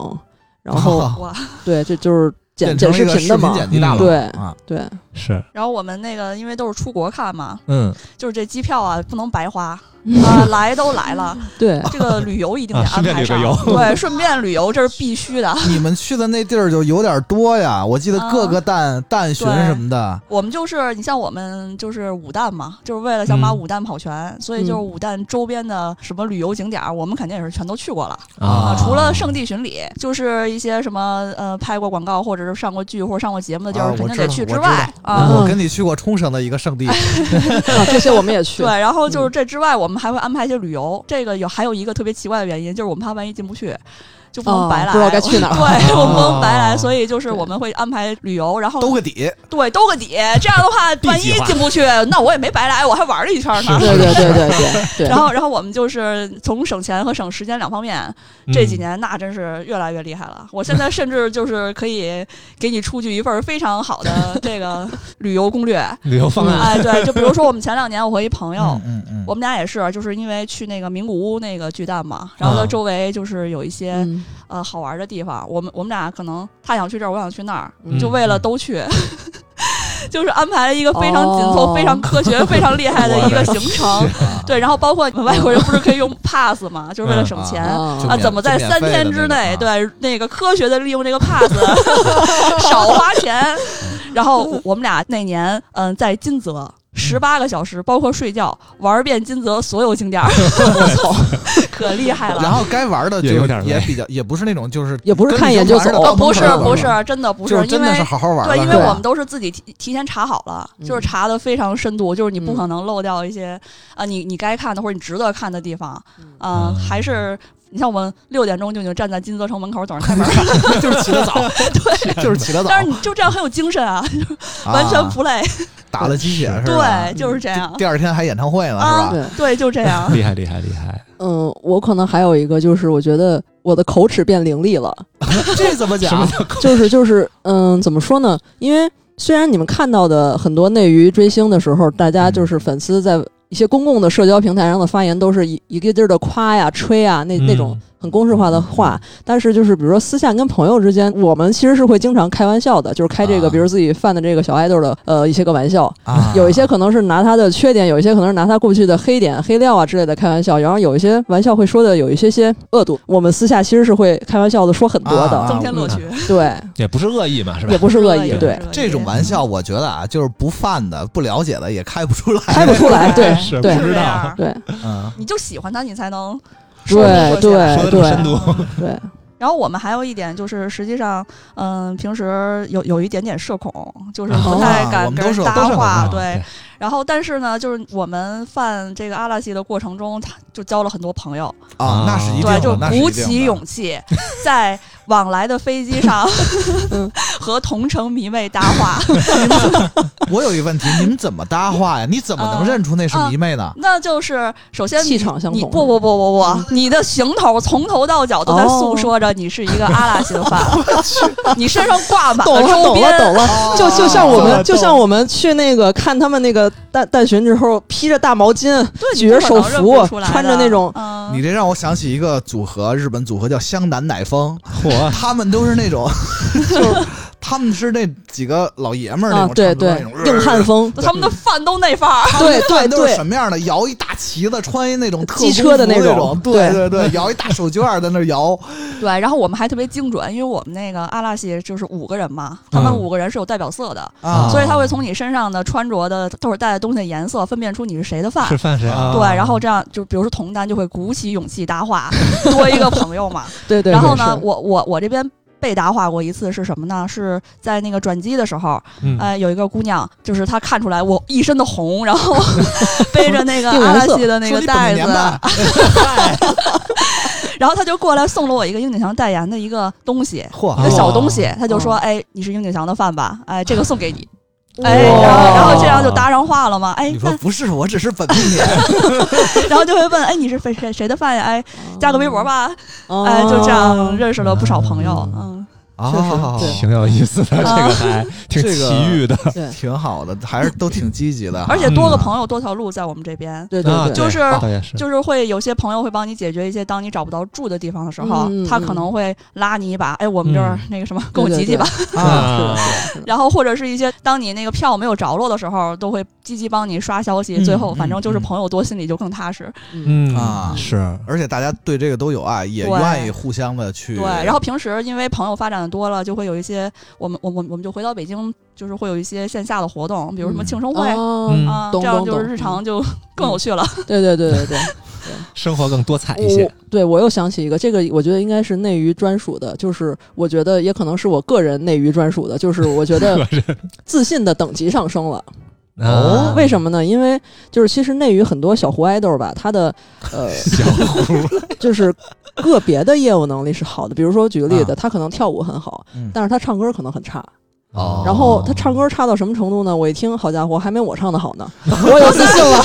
Speaker 3: 然后、
Speaker 1: 啊
Speaker 6: 哇。
Speaker 3: 对，这就是剪
Speaker 1: 变
Speaker 3: 剪
Speaker 1: 成一
Speaker 3: 视
Speaker 1: 个
Speaker 3: 频的嘛，
Speaker 1: 剪辑
Speaker 6: 嗯
Speaker 1: 大佬
Speaker 3: 对
Speaker 1: 啊，
Speaker 3: 对，
Speaker 4: 是
Speaker 6: 然后我们那个因为都是出国看嘛，
Speaker 4: 嗯
Speaker 6: 就是这机票啊不能白 花啊，来都来了，
Speaker 3: 对，
Speaker 6: 这个旅游一定得
Speaker 4: 啊
Speaker 6: 安
Speaker 4: 顺便
Speaker 6: 排
Speaker 4: 旅个
Speaker 6: 上
Speaker 4: 游。
Speaker 6: 对，顺便旅游这是必须的。
Speaker 1: 你们去的那地儿就有点多呀，我记
Speaker 6: 啊
Speaker 1: 得各个蛋蛋巡什么的，
Speaker 6: 我们就是你像我们就是武旦嘛，就是为了想把
Speaker 4: 嗯
Speaker 6: 武旦跑全，所以就是武旦周边的什么旅游景点儿，我们肯定也是全都去过了
Speaker 1: 啊
Speaker 6: 啊。除了圣地巡礼，就是一些什么呃拍过广告或者是上过剧或者上过节目的地
Speaker 1: 啊
Speaker 6: 儿，
Speaker 1: 我
Speaker 6: 肯定得
Speaker 1: 知
Speaker 6: 去
Speaker 1: 道
Speaker 6: 之
Speaker 1: 我知道
Speaker 6: 外啊。
Speaker 3: 嗯
Speaker 1: 我跟你去过冲绳的一个圣地，
Speaker 6: 哎
Speaker 3: 啊这些我们也去
Speaker 6: 对，，然后就是
Speaker 3: 嗯
Speaker 6: 这之外，我们还会安排一些旅游。这个有还有一个特别奇怪的原因，就是我们怕万一进不去，就不能
Speaker 3: 哦
Speaker 6: 白来，
Speaker 3: 不知道该去哪儿
Speaker 6: 对，我们不能白来，
Speaker 4: 哦
Speaker 6: 所以就是
Speaker 3: 对
Speaker 6: 我们会安排旅游，然后
Speaker 1: 兜个底
Speaker 6: 对兜个底。这样的话，万一
Speaker 4: 计划
Speaker 6: 进不去，那我也没白来，我还玩了一圈呢。
Speaker 3: 对对对对对对。
Speaker 6: 然后，然后我们就是从省钱和省时间两方面，这几
Speaker 4: 嗯
Speaker 6: 年那真是越来越厉害了。我现在甚至就是可以给你出具一份非常好的这个旅游攻略。
Speaker 4: 旅游方案
Speaker 6: 哎，对，就比如说我们前两年我和一朋友，
Speaker 1: 嗯嗯
Speaker 6: 我们俩也是，就是因为去那个名古屋那个巨蛋嘛，然后它
Speaker 4: 啊
Speaker 6: 周围就是有一些、
Speaker 3: 嗯，
Speaker 6: 呃好玩的地方，我们我们俩可能他想去这儿，我想去那儿，
Speaker 3: 嗯
Speaker 6: 就为了都去。 就是安排了一个非常紧凑、
Speaker 3: 哦
Speaker 6: 非常科学、非常厉害的一个行程，
Speaker 1: 啊
Speaker 6: 对。然后包括外国人不是可以用 pass 吗？就是为了省钱
Speaker 1: 就
Speaker 6: 啊，
Speaker 1: 嗯免
Speaker 6: 怎么在
Speaker 1: 就免
Speaker 6: 三
Speaker 1: 费的
Speaker 6: 天
Speaker 1: 那
Speaker 6: 之
Speaker 1: 种
Speaker 6: 内
Speaker 1: 啊，
Speaker 6: 对那个科学的利用这个 pass，少花钱。然后我们俩那年嗯在金泽十八个小时，包括睡觉，玩遍金泽所有景 点儿， 可厉害
Speaker 1: 然
Speaker 6: 了。
Speaker 1: 后该玩的就
Speaker 4: 也有点累
Speaker 1: 也比较，也不是那种就是
Speaker 3: 也不是看一眼就走
Speaker 1: 跟着
Speaker 6: 呃，
Speaker 1: 玩的
Speaker 6: 不是
Speaker 1: 到门口
Speaker 6: 不
Speaker 1: 玩
Speaker 6: 是，真的不，
Speaker 1: 就是是
Speaker 6: 因
Speaker 1: 真的
Speaker 6: 为
Speaker 1: 是好好玩了。
Speaker 6: 对，因为
Speaker 1: 是吧
Speaker 6: 我们都是自己提提前查好了，就是
Speaker 3: 嗯
Speaker 6: 查的非常深度，就是你不
Speaker 3: 嗯
Speaker 6: 可能漏掉一些啊，你你该看的或者你值得看的地方啊，
Speaker 4: 嗯。
Speaker 6: 还是你像我们六点钟就已经站在金泽城门口等着开门了，
Speaker 1: 就是起得早，对，就是起得早，
Speaker 6: 但是你就这样很有精神啊，
Speaker 1: 啊
Speaker 6: 完全不累，
Speaker 1: 打了鸡血是吧？
Speaker 6: 对，就是这样
Speaker 1: 第，第二天还演唱会呢
Speaker 6: 啊
Speaker 1: 是吧？
Speaker 3: 对，
Speaker 6: 对，就这样
Speaker 4: 厉害厉害厉害！
Speaker 3: 嗯，我可能还有一个就是，我觉得我的口齿变伶俐了，
Speaker 1: 这怎么
Speaker 4: 什
Speaker 1: 讲
Speaker 4: 么？
Speaker 3: 就是就是，嗯，怎么说呢？因为虽然你们看到的很多内娱追星的时候，大家就是粉丝在一些公共的社交平台上的发言，都是一一个劲儿的夸呀、吹啊，那那种
Speaker 4: 嗯
Speaker 3: 很公式化的话。但是就是比如说私下跟朋友之间，我们其实是会经常开玩笑的，就是开这个，
Speaker 1: 啊
Speaker 3: 比如自己犯的这个小爱豆的呃一些个玩笑。
Speaker 1: 啊
Speaker 3: 有一些可能是拿他的缺点，有一些可能是拿他过去的黑点、黑料啊之类的开玩笑，然后有一些玩笑会说的有一些些恶毒。我们私下其实是会开玩笑的说很多的，
Speaker 1: 啊
Speaker 6: 增添乐趣，
Speaker 3: 对，
Speaker 4: 嗯也不是恶意嘛，是吧
Speaker 3: 也？不是恶意，
Speaker 6: 乐
Speaker 3: 对，，
Speaker 1: 这种玩笑，我觉得啊，就是不犯的、不了解的也开不出来，
Speaker 3: 开不出来，对
Speaker 4: 是
Speaker 3: 对
Speaker 6: 就
Speaker 4: 不
Speaker 6: 是
Speaker 4: 知
Speaker 6: 这
Speaker 4: 道
Speaker 6: 样，
Speaker 3: 对
Speaker 1: 嗯，
Speaker 6: 你就喜欢他，你才能说
Speaker 3: 对
Speaker 6: 得过去啊
Speaker 4: 说得
Speaker 3: 对
Speaker 4: 这么深
Speaker 3: 对
Speaker 4: 度，
Speaker 3: 对，
Speaker 6: 然后我们还有一点就是，实际上，嗯，平时有有一点点社恐，就是
Speaker 3: 哦
Speaker 6: 不太
Speaker 1: 啊我
Speaker 6: 敢
Speaker 1: 们
Speaker 6: 跟
Speaker 1: 都
Speaker 6: 人
Speaker 1: 是有
Speaker 6: 搭
Speaker 1: 都啊是有
Speaker 6: 话，对。，然后，但是呢，就是我们犯这个阿拉西的过程中，他就交了很多朋友，
Speaker 1: 啊，那是一定
Speaker 6: 对，
Speaker 1: 的，
Speaker 6: 就
Speaker 1: 那是一定
Speaker 6: 鼓
Speaker 1: 的
Speaker 6: 起勇气，在往来的飞机上
Speaker 3: 嗯
Speaker 6: 和同城迷妹搭 话。
Speaker 1: 我有一个问题，你们怎么搭话呀？你怎么
Speaker 3: 呃
Speaker 1: 能认出那是迷妹呢？
Speaker 6: 那就是首先你
Speaker 3: 气场相同
Speaker 6: 你不不不不不，你的行头从头到脚都在
Speaker 3: 哦
Speaker 6: 诉说着你是一个阿拉西 的饭，你身上挂满
Speaker 3: 懂了
Speaker 6: 周
Speaker 3: 懂了
Speaker 6: 边。哦
Speaker 3: 懂了，就就像我
Speaker 5: 懂
Speaker 3: 们
Speaker 5: 了
Speaker 3: 就像我们去那个看他们那个蛋蛋巡之后，披着大毛巾，
Speaker 6: 对，
Speaker 3: 举着手扶穿着那种
Speaker 1: 你
Speaker 6: 嗯，
Speaker 1: 这让我想起一个组合，日本组合叫湘南乃风，
Speaker 4: 嚯，
Speaker 1: 他们都是那 种，就是他们是那几个老爷们儿那
Speaker 3: 啊
Speaker 1: 种，
Speaker 3: 对
Speaker 1: 差不多
Speaker 3: 对
Speaker 1: 那种，
Speaker 3: 硬汉。风，
Speaker 6: 他们的饭都那范儿，
Speaker 1: 他们
Speaker 3: 对对
Speaker 1: 都是
Speaker 3: 对
Speaker 1: 什么样的？摇一大旗子，穿一那种特
Speaker 3: 机车的
Speaker 1: 工服
Speaker 3: 那
Speaker 1: 那
Speaker 3: 种
Speaker 1: 对对对，摇一大手绢儿在那儿 摇。
Speaker 6: 对，然后我们还特别精准，因为我们那个阿拉西就是五个人嘛，他们五个人是有代表色的，
Speaker 1: 啊，
Speaker 6: 所以他会从你身上的穿着的或者带的东西的颜色分辨出你是谁的饭
Speaker 4: 是。犯谁啊？
Speaker 6: 对，然后这样就比如说同单就会鼓起勇气搭话， 多一个朋友嘛。
Speaker 3: 对对。
Speaker 6: 然
Speaker 3: 对
Speaker 6: 后呢，
Speaker 3: 是
Speaker 6: 我我我这边被搭话过一次是什么呢？是在那个转机的时候，
Speaker 4: 嗯
Speaker 6: 呃，有一个姑娘，就是她看出来我一身的红，然后 背着那个
Speaker 3: 定
Speaker 6: 阿
Speaker 3: 颜
Speaker 6: 拉
Speaker 3: 色
Speaker 6: 西的那
Speaker 1: 说
Speaker 6: 个
Speaker 1: 你本
Speaker 6: 袋
Speaker 1: 命年吧
Speaker 6: 子，然后她就过来送了我一个樱井翔代言的一个东西。
Speaker 1: 嚯
Speaker 6: 一
Speaker 4: 哦
Speaker 6: 个小东西，她就说：“
Speaker 3: 哦
Speaker 6: 哎，你是樱井翔的饭吧？哎，这个送给你。”哎，
Speaker 4: 哇
Speaker 6: 然后然后这样就搭上话了嘛。哎
Speaker 1: 你，说
Speaker 6: 那
Speaker 1: 不是，我只是 本命年。
Speaker 6: 然后就会问：“哎，你是谁谁谁的饭呀？哎，加个微博，吧。”
Speaker 3: 哦
Speaker 6: 哎，就这样认识了不少朋友。嗯，
Speaker 1: 啊
Speaker 3: 确实对
Speaker 4: 哦挺有意思的，这个还挺
Speaker 1: 这个
Speaker 4: 奇遇的。
Speaker 3: 对
Speaker 1: 挺好的，还是都挺积极的。
Speaker 6: 而且多个朋友多条路，在我们这边。
Speaker 3: 对
Speaker 4: 啊
Speaker 3: 对对，
Speaker 6: 就是
Speaker 4: 倒也是，
Speaker 6: 就是会有些朋友会帮你解决一些当你找不到住的地方的时候，
Speaker 3: 嗯嗯
Speaker 6: 他可能会拉你一把，哎，我们这儿
Speaker 4: 嗯
Speaker 6: 那个什么，跟我
Speaker 3: 对对
Speaker 6: 集集吧。
Speaker 1: 啊，
Speaker 4: 啊
Speaker 3: 是的，是的，
Speaker 6: 然后或者是一些当你那个票没有着落的时候，都会积极帮你刷消息。
Speaker 4: 嗯
Speaker 6: 最后反正就是
Speaker 4: 嗯
Speaker 6: 朋友多，心里就更踏实。
Speaker 4: 嗯
Speaker 1: 啊
Speaker 4: 是
Speaker 1: 而且大家对这个都有爱，也
Speaker 6: 对
Speaker 1: 愿意互相的去
Speaker 6: 对，然后平时因为朋友发展的多了，就会有一些我们我我我们就回到北京，就是会有一些线下的活动，比如什么
Speaker 3: 嗯
Speaker 6: 庆生会。
Speaker 3: 哦，
Speaker 4: 嗯
Speaker 6: 啊，这
Speaker 3: 懂
Speaker 6: 样
Speaker 3: 懂
Speaker 6: 就是
Speaker 3: 懂
Speaker 6: 日常
Speaker 3: 嗯
Speaker 6: 就更有趣了。
Speaker 3: 对对对对对。
Speaker 4: 生活更多彩一些
Speaker 3: 我。对我又想起一个，这个我觉得应该是内娱专属的，就是我觉得也可能是我个人内娱专属的，就是我觉 得自信的等级上升了。
Speaker 4: 哦
Speaker 3: 为什么呢？因为就是其实内娱很多小胡爱豆吧，他的呃
Speaker 4: 小胡
Speaker 3: 就是个别的业务能力是好的，比如说举个例子，他可能跳舞很好
Speaker 1: 嗯，
Speaker 3: 但是他唱歌可能很差。
Speaker 1: 哦
Speaker 3: 然后他唱歌差到什么程度呢？我一听，好家伙，还没我唱的好呢， 我有自信了。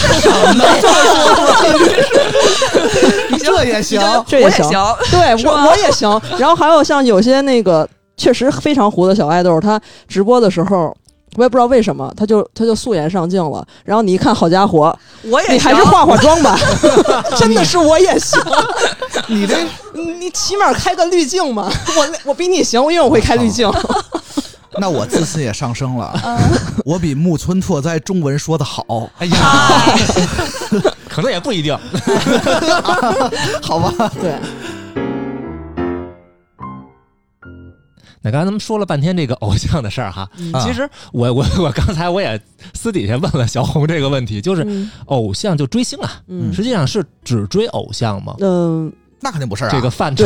Speaker 1: 这也行，
Speaker 3: 这
Speaker 6: 我
Speaker 3: 也
Speaker 6: 也
Speaker 3: 行
Speaker 6: 行，
Speaker 3: 对
Speaker 6: 是吧
Speaker 3: 我我也行。然后还有像有些那个确实非常糊的小爱豆，他直播的时候。我也不知道为什么，他就他就素颜上镜了。然后你一看，好家伙，
Speaker 6: 我也行。
Speaker 3: 你还是化化妆吧，真的是我也行。
Speaker 1: 你这
Speaker 3: 你起码开个滤镜嘛，我我比你行，因为我会开滤镜。
Speaker 1: 那我自信也上升了，我比木村拓哉中文说的好，
Speaker 4: 哎呀，可能也不一定。
Speaker 1: 好吧？
Speaker 3: 对，
Speaker 4: 那刚才咱们说了半天这个偶像的事儿哈，
Speaker 3: 嗯
Speaker 1: 啊
Speaker 4: 其实我我我刚才我也私底下问了小红这个问题，就是
Speaker 3: 嗯
Speaker 4: 偶像就追星啊，
Speaker 3: 嗯
Speaker 4: 实际上是只追偶像吗？
Speaker 3: 嗯，
Speaker 1: 那肯定不是啊。
Speaker 4: 这个范畴，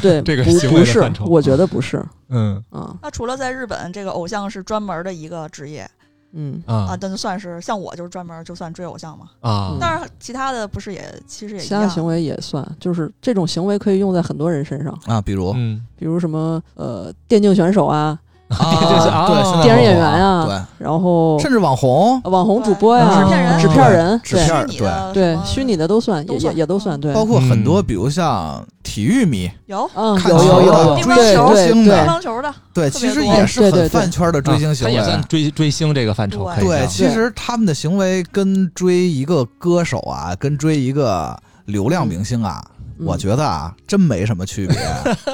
Speaker 3: 对，
Speaker 4: 这个
Speaker 3: 不
Speaker 4: 行为
Speaker 3: 不
Speaker 4: 的
Speaker 3: 是
Speaker 4: 范畴，
Speaker 3: 我觉得不是
Speaker 4: 嗯
Speaker 3: 啊，
Speaker 6: 那除了在日本，这个偶像是专门的一个职业
Speaker 3: 嗯
Speaker 6: 啊，
Speaker 4: 啊
Speaker 6: 那就算是像我就是专门就算追偶像嘛。
Speaker 4: 啊
Speaker 3: 嗯
Speaker 6: 但是其他的不是也其实也一
Speaker 3: 其他
Speaker 6: 样
Speaker 3: 行为也算，就是这种行为可以用在很多人身上，
Speaker 1: 啊，比如
Speaker 4: 嗯
Speaker 3: 比如什么呃电竞选手啊，
Speaker 4: 就是
Speaker 1: 啊，
Speaker 4: 啊
Speaker 1: 对，现在
Speaker 3: 电影演
Speaker 1: 网红
Speaker 3: 员
Speaker 1: 啊，
Speaker 3: 然后
Speaker 1: 对，甚至网红，
Speaker 3: 网红主播
Speaker 6: 对
Speaker 3: 呀
Speaker 6: 制片、人
Speaker 3: 制片人，
Speaker 1: 制
Speaker 3: 对
Speaker 1: 片儿
Speaker 6: 虚拟的
Speaker 3: 对
Speaker 6: 什么
Speaker 3: 虚拟的都算，
Speaker 6: 都
Speaker 3: 也也
Speaker 6: 算
Speaker 3: 也都算对。
Speaker 1: 包括很多，
Speaker 4: 嗯
Speaker 1: 比如像体育迷，
Speaker 6: 有
Speaker 3: 嗯，
Speaker 1: 看
Speaker 3: 有
Speaker 1: 球
Speaker 3: 有
Speaker 1: 的
Speaker 3: 有，
Speaker 6: 乒乓
Speaker 3: 对
Speaker 6: 球
Speaker 1: 星
Speaker 3: 对
Speaker 1: 的
Speaker 6: 乒
Speaker 3: 对
Speaker 6: 乓球的，
Speaker 1: 对，
Speaker 6: 特
Speaker 1: 其
Speaker 6: 别
Speaker 1: 实
Speaker 6: 多
Speaker 1: 也是
Speaker 3: 对对
Speaker 1: 很
Speaker 3: 对
Speaker 1: 饭圈的追星行
Speaker 4: 他
Speaker 1: 为
Speaker 4: 也
Speaker 1: 啊。
Speaker 4: 算追追星这个范畴，可以
Speaker 1: 对，
Speaker 4: 叫啊
Speaker 1: 其实他们的行为跟追一个歌手啊，跟追一个流量明星啊，
Speaker 3: 嗯
Speaker 1: 我觉得啊，真没什么区别。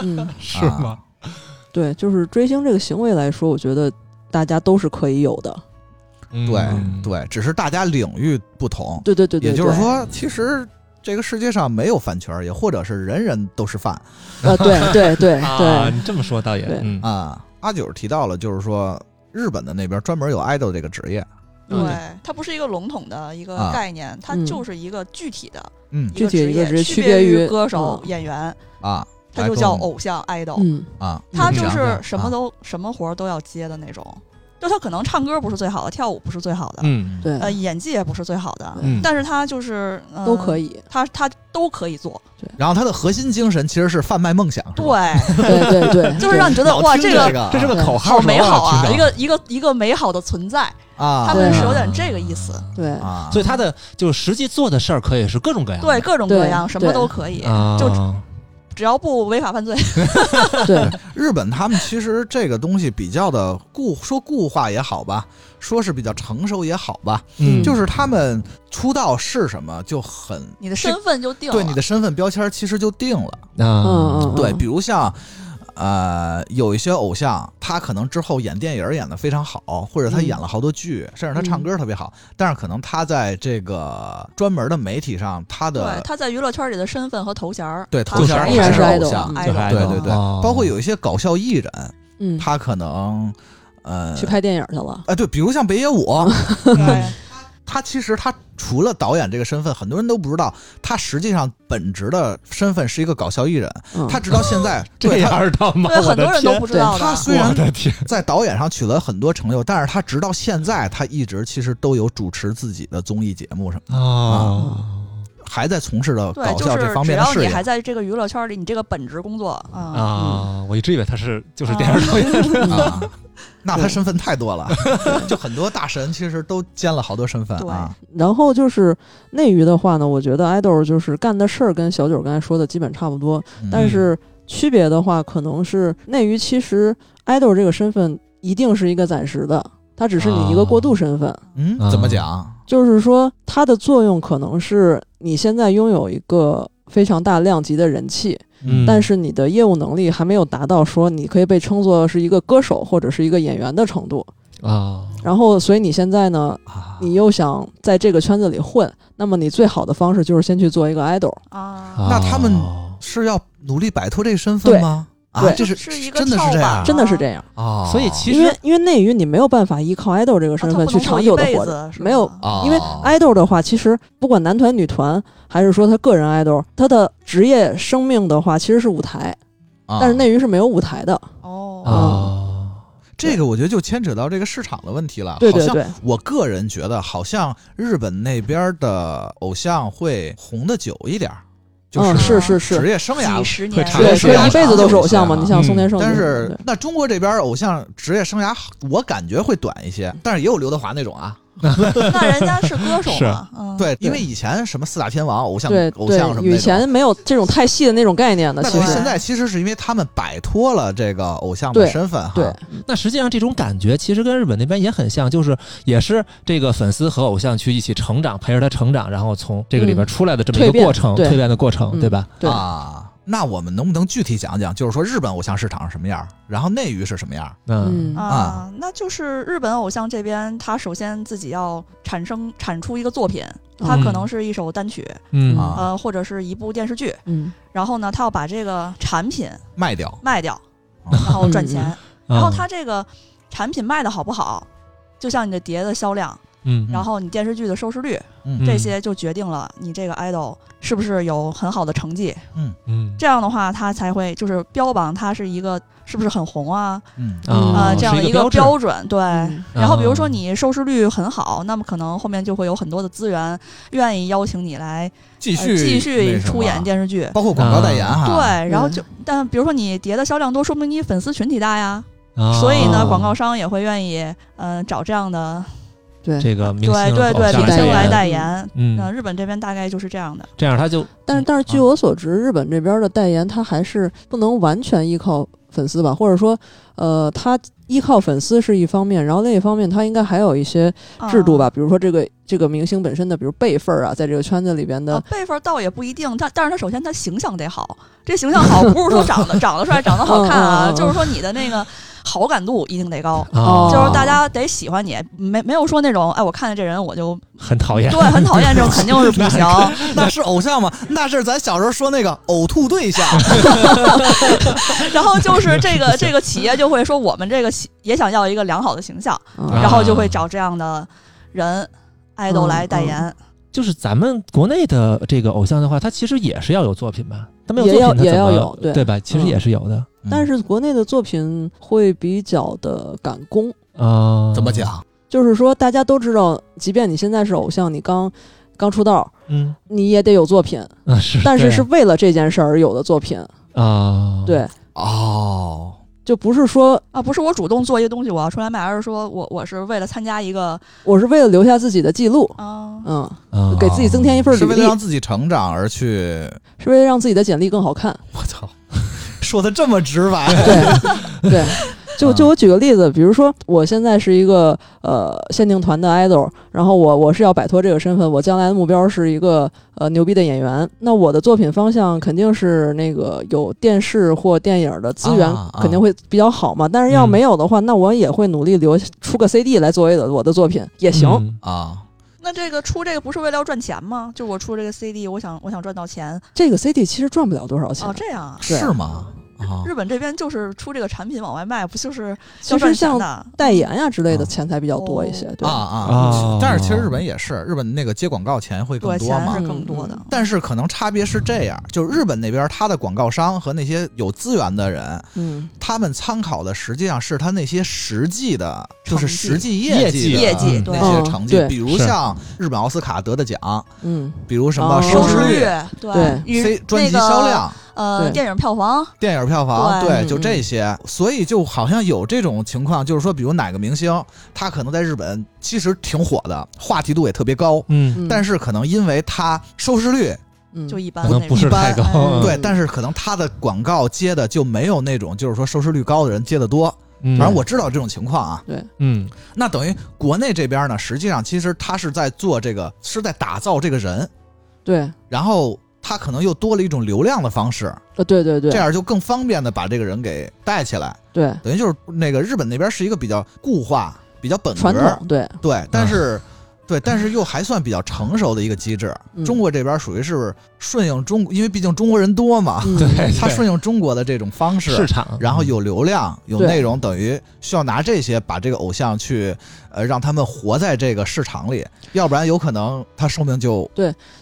Speaker 3: 嗯，
Speaker 4: 是吗？
Speaker 3: 对，就是追星这个行为来说，我觉得大家都是可以有的。
Speaker 4: 嗯
Speaker 1: 对、对，只是大家领域不同。
Speaker 3: 对对对对，
Speaker 1: 也就是
Speaker 3: 对，
Speaker 1: 说，其实这个世界上没有饭圈，也或者是人人都是饭
Speaker 3: 呃，对对对
Speaker 4: 啊，
Speaker 3: 对，
Speaker 4: 你这么说倒也
Speaker 3: 对
Speaker 4: 嗯
Speaker 1: 啊。阿九提到了，就是说日本的那边专门有 idol 这个职业，
Speaker 6: 对
Speaker 3: 嗯，
Speaker 6: 它不是一个笼统的一个
Speaker 1: 啊
Speaker 6: 概念，它
Speaker 3: 嗯
Speaker 6: 就是一个具体的
Speaker 1: 嗯
Speaker 3: 具体的一个
Speaker 6: 个
Speaker 3: 职业
Speaker 6: 业，
Speaker 3: 区
Speaker 6: 区
Speaker 3: 别于
Speaker 6: 于歌手、
Speaker 3: 嗯
Speaker 6: 演员，
Speaker 1: 啊，
Speaker 6: 它就叫
Speaker 1: 来跟我们
Speaker 6: 偶像 idol。
Speaker 3: 嗯啊
Speaker 1: 啊，
Speaker 6: 他
Speaker 4: 嗯
Speaker 6: 就
Speaker 1: 讲
Speaker 6: 是
Speaker 1: 讲
Speaker 6: 什么都、什么活儿都要接的那种，就他可能唱歌不是最好的，跳舞不是最好的，
Speaker 4: 嗯
Speaker 3: 对，
Speaker 6: 呃，演技也不是最好的，
Speaker 4: 嗯
Speaker 6: 但是他就是、呃、
Speaker 3: 都可
Speaker 6: 以，
Speaker 3: 以，
Speaker 6: 他他都可以做，
Speaker 1: 然后他的核心精神其实是贩卖梦想，是吧？
Speaker 6: 对，
Speaker 3: 对对对，
Speaker 6: 就是让你觉得哇，
Speaker 1: 这
Speaker 6: 个
Speaker 1: 个
Speaker 4: 这是个口号，
Speaker 6: 好美好啊，一
Speaker 4: 听着
Speaker 6: 个一个一个美好的存在，
Speaker 1: 啊，
Speaker 6: 他
Speaker 3: 对
Speaker 6: 们是
Speaker 3: 啊
Speaker 6: 有点这个意思，
Speaker 3: 对
Speaker 1: 啊，
Speaker 4: 所以他的就是实际做的事儿可以是各种各样的，
Speaker 6: 对，各种各
Speaker 3: 对
Speaker 6: 样，什么
Speaker 3: 对
Speaker 6: 都可以，
Speaker 4: 啊，
Speaker 6: 就只要不违法犯罪，
Speaker 3: 对，
Speaker 1: 日本他们其实这个东西比较的固，说固化也好吧，说是比较成熟也好吧，
Speaker 4: 嗯
Speaker 1: 就是他们出道是什么就很
Speaker 6: 你的身份就定了，
Speaker 1: 对你的身份标签其实就定了。
Speaker 4: 啊
Speaker 3: 嗯嗯
Speaker 1: 对，比如像。呃，有一些偶像，他可能之后演电影演得非常好，或者他
Speaker 3: 嗯
Speaker 1: 演了好多剧，甚至他唱歌特别好，但是可能他在这个专门的媒体上，他
Speaker 6: 对
Speaker 1: 的
Speaker 6: 他在娱乐圈里的身份和头衔儿，
Speaker 1: 对
Speaker 6: 他
Speaker 1: 头衔
Speaker 6: 还
Speaker 1: 儿
Speaker 3: 依然是
Speaker 1: 偶
Speaker 3: idol
Speaker 1: 像，
Speaker 4: 就是
Speaker 6: idol
Speaker 1: 嗯对对对，
Speaker 4: 哦
Speaker 1: 包括有一些搞笑艺人，
Speaker 3: 嗯，
Speaker 1: 他可能呃
Speaker 3: 去拍电影去了，
Speaker 1: 啊，对，比如像北野武，
Speaker 3: 嗯
Speaker 6: 对
Speaker 1: 他其实他除了导演这个身份，很多人都不知道，他实际上本职的身份是一个搞笑艺人。
Speaker 3: 嗯
Speaker 1: 他直到现在，
Speaker 4: 这
Speaker 1: 对他
Speaker 4: 样的吗？
Speaker 6: 对，很多人都不知
Speaker 3: 对
Speaker 6: 道的
Speaker 1: 他，虽然
Speaker 4: 我的 天，
Speaker 1: 在导演上取得很多成就，但是他直到现在，他一直其实都有主持自己的综艺节目什么，
Speaker 4: 啊
Speaker 1: 还在从事着
Speaker 6: 对，
Speaker 1: 搞
Speaker 6: 就
Speaker 1: 笑
Speaker 6: 是
Speaker 1: 这方
Speaker 6: 只
Speaker 1: 面的
Speaker 6: 要
Speaker 1: 事
Speaker 6: 你
Speaker 1: 业。
Speaker 6: 还在这个娱乐圈里，你这个本职工作啊，
Speaker 4: 啊！我一直以为他是就是电视导演，
Speaker 1: 啊，那他身份太多 了，就很多大神其实都兼了好多身份
Speaker 6: 对
Speaker 1: 啊。
Speaker 3: 然后就是内娱的话呢，我觉得爱豆就是干的事儿跟小九刚才说的基本差不多，
Speaker 1: 嗯
Speaker 3: 但是区别的话，可能是内娱其实爱豆这个身份一定是一个暂时的，它只是你一个过渡身份，
Speaker 1: 嗯，怎么讲？
Speaker 3: 就是说它的作用可能是你现在拥有一个非常大量级的人气，
Speaker 4: 嗯
Speaker 3: 但是你的业务能力还没有达到说你可以被称作是一个歌手或者是一个演员的程度。
Speaker 4: 啊
Speaker 3: 然后，所以你现在呢，
Speaker 1: 啊
Speaker 3: 你又想在这个圈子里混，那么你最好的方式就是先去做一个 idol。
Speaker 6: 啊，
Speaker 1: 那他们
Speaker 4: 哦
Speaker 1: 是要努力摆脱这个身
Speaker 3: 对
Speaker 1: 份吗？啊，
Speaker 3: 对
Speaker 1: 这是
Speaker 6: 是一个
Speaker 1: 真的是这
Speaker 6: 跳
Speaker 1: 样
Speaker 6: 板
Speaker 3: 真的是这样，
Speaker 1: 啊
Speaker 4: 所以其
Speaker 3: 因为
Speaker 4: 实
Speaker 3: 因为内娱你没有办法依靠 idol 这个身份去长久的活着，
Speaker 6: 着
Speaker 3: 没有
Speaker 1: 啊，
Speaker 3: 因为哎 idol 的话，其实不管男团、女团，还是说他个人 idol，他的职业生命的话，其实是舞台，
Speaker 1: 啊
Speaker 3: 但是内娱是没有舞台的。
Speaker 6: 哦，
Speaker 4: 啊
Speaker 1: 这个我觉得就牵扯到这个市场的问题了。
Speaker 3: 对对
Speaker 1: 好像
Speaker 3: 对，
Speaker 1: 我个人觉得，好像日本那边的偶像会红的久一点儿，就
Speaker 3: 嗯，
Speaker 1: 是
Speaker 3: 是是
Speaker 1: 职
Speaker 3: 是，
Speaker 1: 业生涯
Speaker 6: 几。十
Speaker 4: 会
Speaker 6: 年
Speaker 4: 长
Speaker 3: 对，
Speaker 1: 是啊
Speaker 3: 所以
Speaker 1: 要
Speaker 3: 一辈子都是偶像
Speaker 1: 长
Speaker 3: 嘛。
Speaker 1: 久
Speaker 3: 你像松田圣
Speaker 1: 嗯
Speaker 3: 子，
Speaker 1: 但是
Speaker 3: 对
Speaker 1: 那中国这边偶像职业生涯，我感觉会短一
Speaker 3: 嗯
Speaker 1: 些，但是也有刘德华那种啊，
Speaker 6: 那人家是歌手嘛，嗯，
Speaker 1: 对，因为
Speaker 3: 对
Speaker 1: 以前什么四大天王、偶像
Speaker 3: 对
Speaker 1: 偶像什么
Speaker 3: 对，以
Speaker 1: 那种，
Speaker 3: 前没有这种太细的那种概念的，
Speaker 1: 但
Speaker 3: 其
Speaker 1: 是
Speaker 3: 实
Speaker 1: 现在其实是因为他们摆脱了这个偶像的
Speaker 3: 对
Speaker 1: 身份哈，
Speaker 3: 对
Speaker 4: 那实际上这种感觉其实跟日本那边也很像，就是也是这个粉丝和偶像去一起成长，陪着他成长，然后从这个里边出来的这么一
Speaker 3: 蜕
Speaker 4: 个
Speaker 3: 变
Speaker 4: 过程，
Speaker 3: 对
Speaker 4: 蜕变的过程，
Speaker 3: 嗯
Speaker 4: 对吧？
Speaker 3: 对
Speaker 1: 啊。那我们能不能具体讲讲，就是说日本偶像市场是什么样儿，然后内娱是什么样儿？
Speaker 3: 嗯
Speaker 6: 啊
Speaker 1: 啊，
Speaker 6: 那就是日本偶像这边，他首先自己要产生产出一个作品，他
Speaker 4: 嗯
Speaker 6: 可能是一首单曲，
Speaker 4: 嗯
Speaker 1: 啊
Speaker 6: 呃，或者是一部电视剧，
Speaker 3: 嗯
Speaker 6: 然后呢，他要把这个产品
Speaker 1: 卖掉
Speaker 6: 卖掉。然后赚钱。
Speaker 4: 嗯
Speaker 6: 然后它这个产品卖的好不好，就像你的碟的销量，
Speaker 4: 嗯
Speaker 6: 然后你电视剧的收视率，
Speaker 1: 嗯
Speaker 6: 这些就决定了你这个 idol 是不是有很好的成绩。
Speaker 4: 嗯
Speaker 6: 这样的话，它才会就是标榜它是一个是不是很红啊，
Speaker 1: 嗯
Speaker 4: 啊
Speaker 6: 呃，这样的
Speaker 4: 是一
Speaker 6: 一
Speaker 4: 个
Speaker 6: 个
Speaker 4: 标
Speaker 6: 标准。对，
Speaker 1: 哎
Speaker 3: 嗯
Speaker 6: 然后比如
Speaker 4: 啊
Speaker 6: 说你收视率很好，那么可能后面就会有很多的资源愿意邀请你来
Speaker 1: 继
Speaker 6: 呃
Speaker 1: 续
Speaker 6: 继续
Speaker 1: 那什么啊
Speaker 6: 出演，电视剧。
Speaker 1: 包括广告代言哈，
Speaker 6: 对，然后
Speaker 3: 嗯
Speaker 6: 就，但比如说你碟的销量多，说明你粉丝群体大呀，
Speaker 4: 啊
Speaker 6: 所以呢，
Speaker 3: 哦
Speaker 6: 广告商也会愿意，嗯、找这样的，
Speaker 3: 对，
Speaker 4: 这个明
Speaker 6: 对
Speaker 4: 星
Speaker 6: 对
Speaker 4: 偶
Speaker 6: 对，
Speaker 4: 像
Speaker 6: 明
Speaker 3: 代
Speaker 6: 星
Speaker 3: 言
Speaker 6: 来代
Speaker 3: 嗯
Speaker 6: 言。那
Speaker 4: 嗯，
Speaker 6: 日本这边大概就是这样的，
Speaker 4: 这样他就
Speaker 3: 但是但是据
Speaker 4: 啊
Speaker 3: 我所知，日本这边的代言，它还是不能完全依靠粉丝吧，或者说，呃，它依靠粉丝是一方面，然后另一方面，它应该还有一些
Speaker 6: 嗯
Speaker 3: 制度
Speaker 6: 啊
Speaker 3: 吧，比如说这个这个明星本身的，比如辈分啊，在这个圈子里边
Speaker 6: 啊。
Speaker 3: 的
Speaker 6: 啊，辈分倒也不一定，但但是他首先他形象得好，这形象好不是说 长得长得帅、长得好看啊，
Speaker 3: 嗯嗯哦嗯嗯
Speaker 6: 就是说你的那个好感度一定得高，
Speaker 4: 啊，
Speaker 6: 就是大家得喜欢你，没没有说那种哎，我看见这人我就
Speaker 4: 很讨厌
Speaker 6: 对很讨厌这种肯定是不行，
Speaker 1: 那是偶像吗？那是咱小时候说那个呕吐对 象，
Speaker 6: 然后就是这个这个企业就会说，我们这个企也想要一个良好的形象，
Speaker 4: 啊
Speaker 3: 啊
Speaker 6: 然后就会找这样的人。爱
Speaker 1: 嗯
Speaker 6: 豆来代言，
Speaker 4: 就是咱们国内的这个偶像的话，他其实也是要有作品吧？他没有
Speaker 3: 也
Speaker 4: 作品
Speaker 3: 要
Speaker 4: 他怎么，
Speaker 3: 也要有
Speaker 4: 对
Speaker 3: 对
Speaker 4: 吧？其实也是有的
Speaker 3: 但是国内的作品会比较的赶工，
Speaker 4: 啊。
Speaker 1: 怎么？讲？
Speaker 3: 就是说大家都知道，即便你现在是偶像，你刚刚出道，
Speaker 4: 嗯，
Speaker 3: 你也得有作品，
Speaker 4: 啊是，
Speaker 3: 但是
Speaker 4: 对
Speaker 3: 是为了这件事儿有的作品，
Speaker 4: 啊，
Speaker 3: 对，
Speaker 1: 哦，
Speaker 3: 就不是说
Speaker 6: 啊，不是我主动做一个东西我要出来卖，而是说我我是为了参加一个，
Speaker 3: 我是为了留下自己的记录，
Speaker 1: 哦
Speaker 6: 啊，
Speaker 3: 嗯，
Speaker 4: 啊，
Speaker 3: 给自己增添一份
Speaker 1: 是
Speaker 3: 履
Speaker 1: 为了
Speaker 3: 历，
Speaker 1: 让自己成长而去。
Speaker 3: 是为了让自己的简历更好 看。
Speaker 1: 我操，说的这么直白，
Speaker 3: 对，对。就
Speaker 4: 啊
Speaker 3: 就我举个例子，比如说我现在是一个呃限定团的 idol，然后我我是要摆脱这个身份，我将来的目标是一个呃牛逼的演员。那我的作品方向肯定是那个有电视或电影的资源
Speaker 1: 啊啊，
Speaker 3: 肯定会比较好嘛。但是要
Speaker 4: 嗯
Speaker 3: 没有的话，那我也会努力留出个 CD 来作为的我的作品也行。
Speaker 4: 嗯
Speaker 1: 啊，
Speaker 6: 那这个出这个不是为了要赚钱吗？就我出这个 CD，我想我想赚到钱
Speaker 3: 这个 CD 其实赚不了多少钱
Speaker 6: 哦，，这样啊。
Speaker 3: 对
Speaker 1: 是吗？啊，
Speaker 6: 日本这边就是出这个产品往外卖，不就是
Speaker 3: 其
Speaker 6: 要赚
Speaker 3: 实
Speaker 6: 钱
Speaker 3: 像
Speaker 6: 的？
Speaker 3: 代言呀、之类的
Speaker 1: 啊
Speaker 3: 钱才比较多一些。对
Speaker 1: 啊，啊！
Speaker 4: 哦
Speaker 1: 但是其实日本也是，日本那个接广告钱会更
Speaker 6: 对，
Speaker 1: 多
Speaker 6: 钱
Speaker 1: 嘛嗯
Speaker 6: 是。更多的。
Speaker 1: 但是可能差别是这样，就是日本那边他的广告商和那些有资源的人，
Speaker 3: 嗯，
Speaker 1: 他们参考的实际上是他那些实际的，就是
Speaker 6: 成绩
Speaker 1: 实际业绩的
Speaker 6: 业绩对
Speaker 1: 那些成
Speaker 3: 嗯
Speaker 1: 绩，
Speaker 3: 对
Speaker 1: 比如
Speaker 4: 是
Speaker 1: 像日本奥斯卡得的奖，
Speaker 3: 嗯，
Speaker 1: 比如什么
Speaker 3: 哦
Speaker 1: 收视率、
Speaker 6: 对
Speaker 3: 对
Speaker 6: 与
Speaker 1: C 专辑
Speaker 6: 那个
Speaker 1: 销量、
Speaker 6: 呃
Speaker 3: 对
Speaker 6: 电影票房
Speaker 1: 电影票房，
Speaker 6: 对
Speaker 1: 对，
Speaker 3: 嗯
Speaker 1: 就这些。所以就好像有这种情况，就是说，比如哪个明星，他可能在日本其实挺火的，话题度也特别高，
Speaker 4: 嗯，
Speaker 1: 但是可能因为他收视率
Speaker 3: 嗯
Speaker 6: 就一般
Speaker 4: 可
Speaker 6: 那
Speaker 4: 能
Speaker 6: 种，
Speaker 4: 不是
Speaker 1: 一般
Speaker 4: 太高，啊
Speaker 6: 嗯
Speaker 1: 对，但是可能他的广告接的就没有那种就是说收视率高的人接的多。
Speaker 4: 嗯
Speaker 1: 反正我知道这种情况啊。
Speaker 4: 嗯
Speaker 1: 那等于国内这边呢，实际上其实他是在做这个，是在打造这个人，
Speaker 3: 对，
Speaker 1: 然后他可能又多了一种流量的方式，
Speaker 3: 呃，对对对，
Speaker 1: 这样就更方便的把这个人给带起来。
Speaker 3: 对
Speaker 1: 等于就是那个日本那边是一个比较固化、比较本格
Speaker 3: 传
Speaker 1: 儿，
Speaker 3: 统，嗯对
Speaker 1: 对，但是。对，但是又还算比较成熟的一个机制。
Speaker 3: 嗯
Speaker 1: 中国这边属于是顺应中，因为毕竟中国人多嘛，
Speaker 3: 嗯
Speaker 4: 对
Speaker 1: 他顺应中国的这种方式，
Speaker 4: 市场，
Speaker 1: 然后有流量、有
Speaker 3: 对
Speaker 1: 内容，等于需要拿这些把这个偶像去，呃，让他们活在这个市场里，要不然有可能他寿命就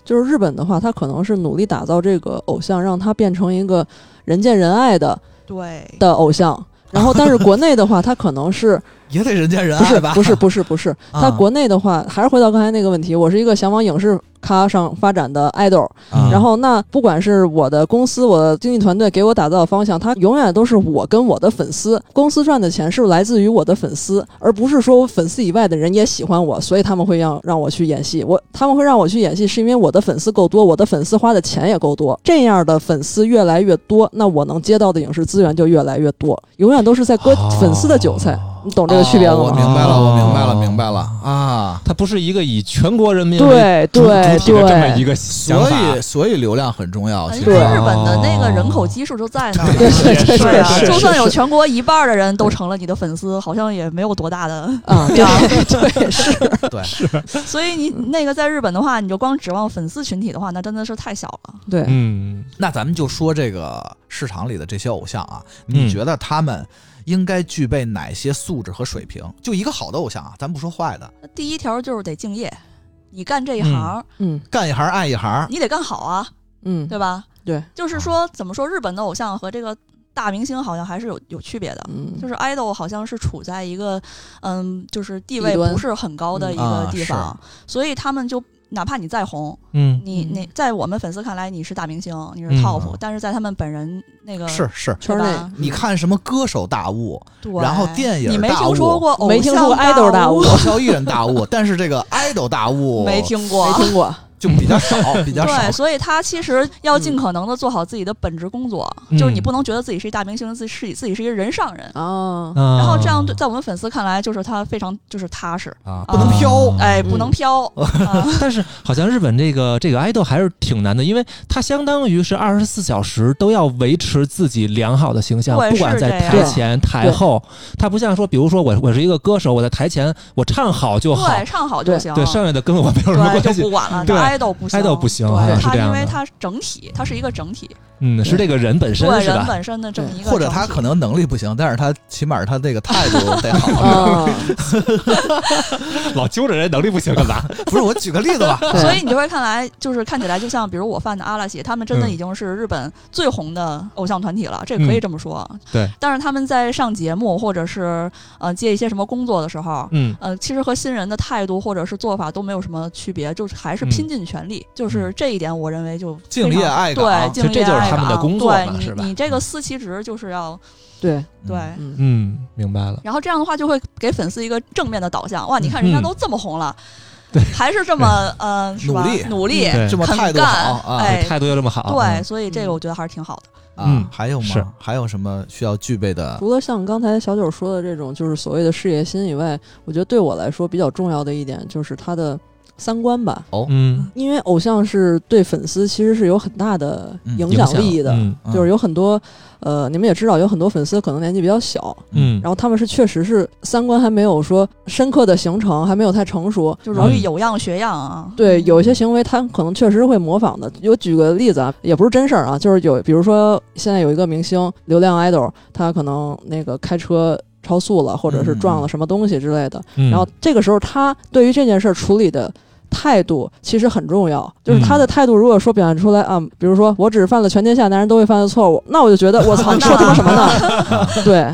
Speaker 3: 就是日本的话，他可能是努力打造这个偶像，让他变成一个人见人爱的
Speaker 6: 对
Speaker 3: 的偶像。然后，但是国内的话，他可 能是
Speaker 1: 也得人见人
Speaker 3: 不是
Speaker 1: 爱吧？
Speaker 3: 不是不是不是，他
Speaker 1: 啊
Speaker 3: 国内的话，还是回到刚才那个问题，我是一个想往影视咖上发展的 idol，
Speaker 1: 啊
Speaker 3: 然后那不管是我的公司、我的经纪团队给我打造的方向，它永远都是我跟我的粉丝，公司赚的钱是来自于我的粉丝，而不是说我粉丝以外的人也喜欢我，所以他们会让让我去演戏。我他们会让我去演戏，是因为我的粉丝够多，我的粉丝花的钱也够多。这样的粉丝越来越多，那我能接到的影视资源就越来越多，永远都是在割
Speaker 4: 哦
Speaker 3: 粉丝的韭菜。你懂这个区别了
Speaker 1: 哦我
Speaker 3: 吗？
Speaker 1: 明白了，我明白
Speaker 4: 哦
Speaker 1: 了，明白了啊！
Speaker 4: 嗯它不是一个以全国人民为
Speaker 3: 对
Speaker 4: 主
Speaker 3: 对
Speaker 4: 主体的这么一
Speaker 3: 对，
Speaker 4: 个想
Speaker 1: 所
Speaker 4: 法
Speaker 1: 以所以流量很重要，
Speaker 6: 呃
Speaker 1: 其
Speaker 6: 因
Speaker 1: 实啊
Speaker 6: 为
Speaker 3: 对
Speaker 6: 日本
Speaker 1: 哦
Speaker 6: 的那个人口基数就在那 儿了，
Speaker 3: 对对
Speaker 6: 是啊，
Speaker 3: 是
Speaker 6: 就算有
Speaker 3: 是
Speaker 6: 全国一半的人都成了你的粉丝，好像也没有多大的
Speaker 3: 啊，
Speaker 6: 量。
Speaker 3: 对对是，
Speaker 1: 对，
Speaker 6: 所以你那个在日本的话，你就光指望粉丝群体的话，那真的是太小了。
Speaker 3: 对
Speaker 4: 嗯
Speaker 1: 那咱们就说这个市场里的这些偶像啊，
Speaker 4: 嗯
Speaker 1: 你觉得他们应该具备哪些素质和水平？就一个好的偶像啊，咱不说坏的，
Speaker 6: 第一条就是得敬业，你干这一行，
Speaker 3: 嗯
Speaker 1: 干一行爱一行，
Speaker 6: 你得干好啊，
Speaker 3: 嗯，
Speaker 6: 对吧？
Speaker 3: 对，
Speaker 6: 就是说，怎么说，日本的偶像和这个大明星好像还是有有区别的。
Speaker 3: 嗯，
Speaker 6: 就是 idol 好像是处在一个，嗯，就是地
Speaker 3: 低
Speaker 6: 位
Speaker 3: 端
Speaker 6: 不是很高的一
Speaker 1: 嗯
Speaker 6: 个
Speaker 1: 啊
Speaker 6: 地
Speaker 1: 是
Speaker 6: 方，所以他们就哪怕你再红，
Speaker 4: 嗯
Speaker 6: 你
Speaker 3: 嗯
Speaker 6: 那在我们粉丝看来你是大明星，你是
Speaker 4: 嗯
Speaker 6: top，、
Speaker 1: 嗯
Speaker 6: 但是在他们本人那个
Speaker 1: 是是。
Speaker 3: 圈
Speaker 6: 对
Speaker 3: 内
Speaker 6: 吧
Speaker 1: 你看什么歌手大物，
Speaker 6: 对，
Speaker 1: 然后电影
Speaker 6: 你没
Speaker 1: 大物
Speaker 6: 听说过偶像
Speaker 3: 没听说过 idol 大物
Speaker 6: 物，
Speaker 1: 搞笑艺人大物， 但是这个 idol 大物
Speaker 6: 没听过，
Speaker 3: 没听 过，
Speaker 1: 就比较少，比较
Speaker 6: 对，
Speaker 1: 少。
Speaker 6: 所以他其实要尽可能的做好自己的本职工作，
Speaker 4: 嗯
Speaker 6: 就是你不能觉得自己是一大明星，自己是自己是一个人上人。
Speaker 3: 哦，
Speaker 6: 然
Speaker 4: 然
Speaker 6: 后这样对在我们粉丝看来，就是他非常就是踏实，
Speaker 2: 啊，
Speaker 1: 不能飘
Speaker 6: 哎，
Speaker 3: 嗯
Speaker 6: 不能飘。啊
Speaker 4: 但是好像日本这个这个爱豆还是挺难的，因为它相当于是二十四小时都要维持自己良好的形象，
Speaker 6: 对
Speaker 4: 不管在
Speaker 6: 是这
Speaker 4: 台
Speaker 6: 样
Speaker 4: 前台后，它不像说，比如说我我是一个歌手，我在台前我唱好就好，
Speaker 6: 对，唱好就行。
Speaker 4: 对剩下的跟我没有什么
Speaker 6: 对，
Speaker 4: 关
Speaker 6: 就
Speaker 4: 系
Speaker 6: 不。管 了。
Speaker 4: 对
Speaker 6: 爱豆不行，
Speaker 4: idol 不行好像
Speaker 6: 对
Speaker 4: 是
Speaker 6: 他，
Speaker 4: 这样
Speaker 6: 因
Speaker 4: 的
Speaker 6: 为他整体，他是一个整体，
Speaker 4: 嗯，是这个人本身
Speaker 6: 对
Speaker 4: 是
Speaker 6: 人
Speaker 4: 吧？
Speaker 6: 本身的这么一个整体。
Speaker 1: 或者他可能能力不行，但是他起码他这个态度得好。
Speaker 3: 啊，
Speaker 6: 嗯
Speaker 4: 老揪着人能力不行干啊嘛？
Speaker 1: 不是，我举个例子 吧，
Speaker 3: 对
Speaker 6: 所以你就会看来，就是看起来就像，比如我犯的阿拉西，他们真的
Speaker 4: 嗯
Speaker 6: 已经是日本最红的偶像团体了，这可以这么说。
Speaker 4: 对，
Speaker 6: 但是他们在上节目或者是呃接一些什么工作的时候。
Speaker 4: 嗯
Speaker 6: 呃，其实和新人的态度或者是做法都没有什么区别，就是还是
Speaker 4: 嗯
Speaker 6: 拼尽全力，就是这一点，我认为就
Speaker 1: 敬
Speaker 6: 非
Speaker 1: 业
Speaker 6: 常
Speaker 1: 爱
Speaker 6: 对，
Speaker 1: 岗，啊
Speaker 6: 敬
Speaker 4: 这
Speaker 6: 业
Speaker 4: 就是
Speaker 6: 爱
Speaker 4: 他们的
Speaker 6: 岗
Speaker 4: 工作
Speaker 6: 对
Speaker 4: 嘛
Speaker 6: 你
Speaker 4: 是吧
Speaker 6: 你这个司其职就是要
Speaker 3: 对，
Speaker 6: 对，
Speaker 3: 嗯，
Speaker 4: 嗯，明白了。
Speaker 6: 然后这样的话就会给粉丝一个正面的导向。哇，你看人家
Speaker 4: 嗯
Speaker 6: 都这么红了，
Speaker 4: 对
Speaker 6: 还是这么呃，是吧
Speaker 1: 努力
Speaker 6: 努力，
Speaker 4: 对
Speaker 1: 这么
Speaker 6: 肯
Speaker 1: 态度
Speaker 6: 干，
Speaker 1: 好啊
Speaker 6: 哎，
Speaker 4: 态度又这么好，
Speaker 6: 对，所以这个我觉得还是挺好的。
Speaker 1: 啊
Speaker 4: 嗯！
Speaker 1: 还有
Speaker 4: 是
Speaker 1: 吗？还有什么需要具备的？
Speaker 3: 除了像刚才小九说的这种就是所谓的事业心以外，我觉得对我来说比较重要的一点就是他的三观吧。
Speaker 4: 嗯，
Speaker 3: 因为偶像是对粉丝其实是有很大的
Speaker 1: 嗯
Speaker 3: 影
Speaker 4: 嗯，
Speaker 3: 响力的，
Speaker 4: 嗯
Speaker 1: 嗯
Speaker 3: 就是有很多，呃，你们也知道，有很多粉丝可能年纪比较小，
Speaker 4: 嗯，
Speaker 3: 然后他们是确实是三观还没有说深刻的形成，还没有太成熟，
Speaker 6: 就
Speaker 3: 然后
Speaker 6: 容易有样学样啊。
Speaker 3: 对有一些行为他可能确实会模仿的。有举个例子啊，也不是真事儿啊，就是有，比如说现在有一个明星流量 idol，他可能那个开车超速了，或者是撞了什么东西之类的，
Speaker 4: 嗯
Speaker 3: 然后这个时候他对于这件事儿处理的。态度其实很重要，就是他的态度，如果说表现出来啊，比如说我只犯了全天下男人都会犯的错误，那我就觉得我操，你说他妈什么 呢？对，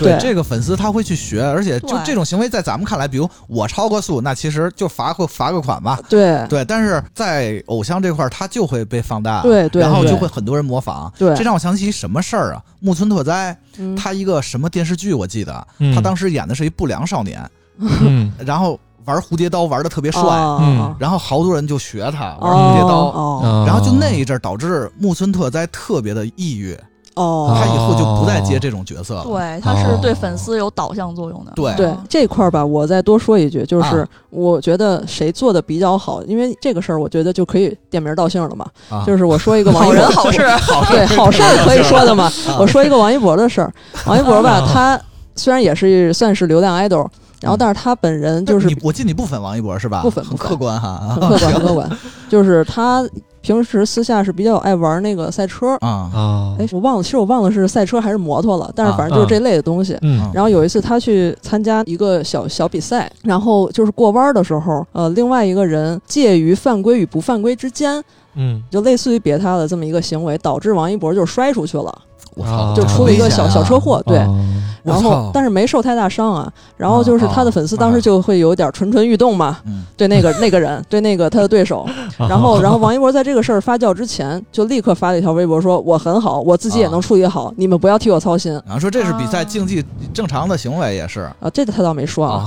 Speaker 3: 对
Speaker 1: 这个粉丝他会去学，而且就
Speaker 6: 对
Speaker 1: 这种行为在咱们看来，比如我超过速，那其实就罚个罚个款吧。
Speaker 3: 对
Speaker 1: 对，但是在偶像这块儿，他就会被放大，
Speaker 3: 对对
Speaker 1: 然后
Speaker 3: 对
Speaker 1: 就会很多人模仿。
Speaker 3: 对
Speaker 1: 这让我想起什么事儿啊？木村拓哉，
Speaker 3: 嗯
Speaker 1: 他一个什么电视剧我记得，
Speaker 4: 嗯
Speaker 1: 他当时演的是一不良少年，
Speaker 4: 嗯
Speaker 1: 然后玩蝴蝶刀玩的特别帅，嗯
Speaker 3: 哦
Speaker 1: 然后好多人就学他玩
Speaker 3: 哦
Speaker 1: 蝴蝶刀。
Speaker 3: 哦
Speaker 1: 然后就那一阵儿，导致木村拓哉特别的抑郁，
Speaker 3: 哦
Speaker 1: 他以后就不再接这种角色了。
Speaker 6: 对，他是对粉丝有导向作用的。
Speaker 1: 对
Speaker 3: 对这块儿吧，我再多说一句，就是
Speaker 1: 啊
Speaker 3: 我觉得谁做的比较好，因为这个事儿，我觉得就可以点名道姓了嘛。
Speaker 1: 啊
Speaker 3: 就是我说一个王一
Speaker 6: 好
Speaker 3: 博，
Speaker 6: 人好事，
Speaker 3: 对好事儿可以说的嘛。我说一个王一博的事儿，王一博吧，他虽然也是算是流量 idol，然后但是他本人就是
Speaker 1: 你我记得你不粉王一博是吧？
Speaker 3: 不粉
Speaker 1: 很
Speaker 3: 不粉
Speaker 1: 客观哈
Speaker 3: 很
Speaker 1: 啊
Speaker 3: 客观很客观，就是他平时私下是比较爱玩那个赛车。
Speaker 1: 啊
Speaker 4: 啊
Speaker 3: 哎，我忘了，其实我忘了是赛车还是摩托了，但是
Speaker 1: 啊
Speaker 3: 反正就是
Speaker 4: 啊
Speaker 3: 这类的东西。
Speaker 4: 嗯
Speaker 3: 然后有一次他去参加一个小小比赛，然后就是过弯儿的时候，呃，另外一个人介于犯规与不犯规之间，
Speaker 4: 嗯，
Speaker 3: 就类似于别他的这么一个行为，导致王一博就摔出去了，
Speaker 1: 我操，
Speaker 3: 就出了一个
Speaker 1: 很
Speaker 3: 小
Speaker 1: 危险啊
Speaker 3: 小车祸，对。
Speaker 1: 我
Speaker 3: 然后
Speaker 1: 操，
Speaker 3: 但是没受太大伤啊。然后就是他的粉丝当时就会有点蠢蠢欲动嘛，
Speaker 1: 啊嗯
Speaker 3: 对那个那个人，对那个他的对 手。然后，然后王一博在这个事儿发酵之前，就立刻发了一条微博说：“我很好，我自己
Speaker 1: 啊
Speaker 3: 也能处理好，你们不要替我操心。
Speaker 1: 然后说这是比赛
Speaker 6: 啊
Speaker 1: 竞技正常的行为，也是”
Speaker 3: 啊，这个他倒没说
Speaker 1: 啊，
Speaker 3: 啊，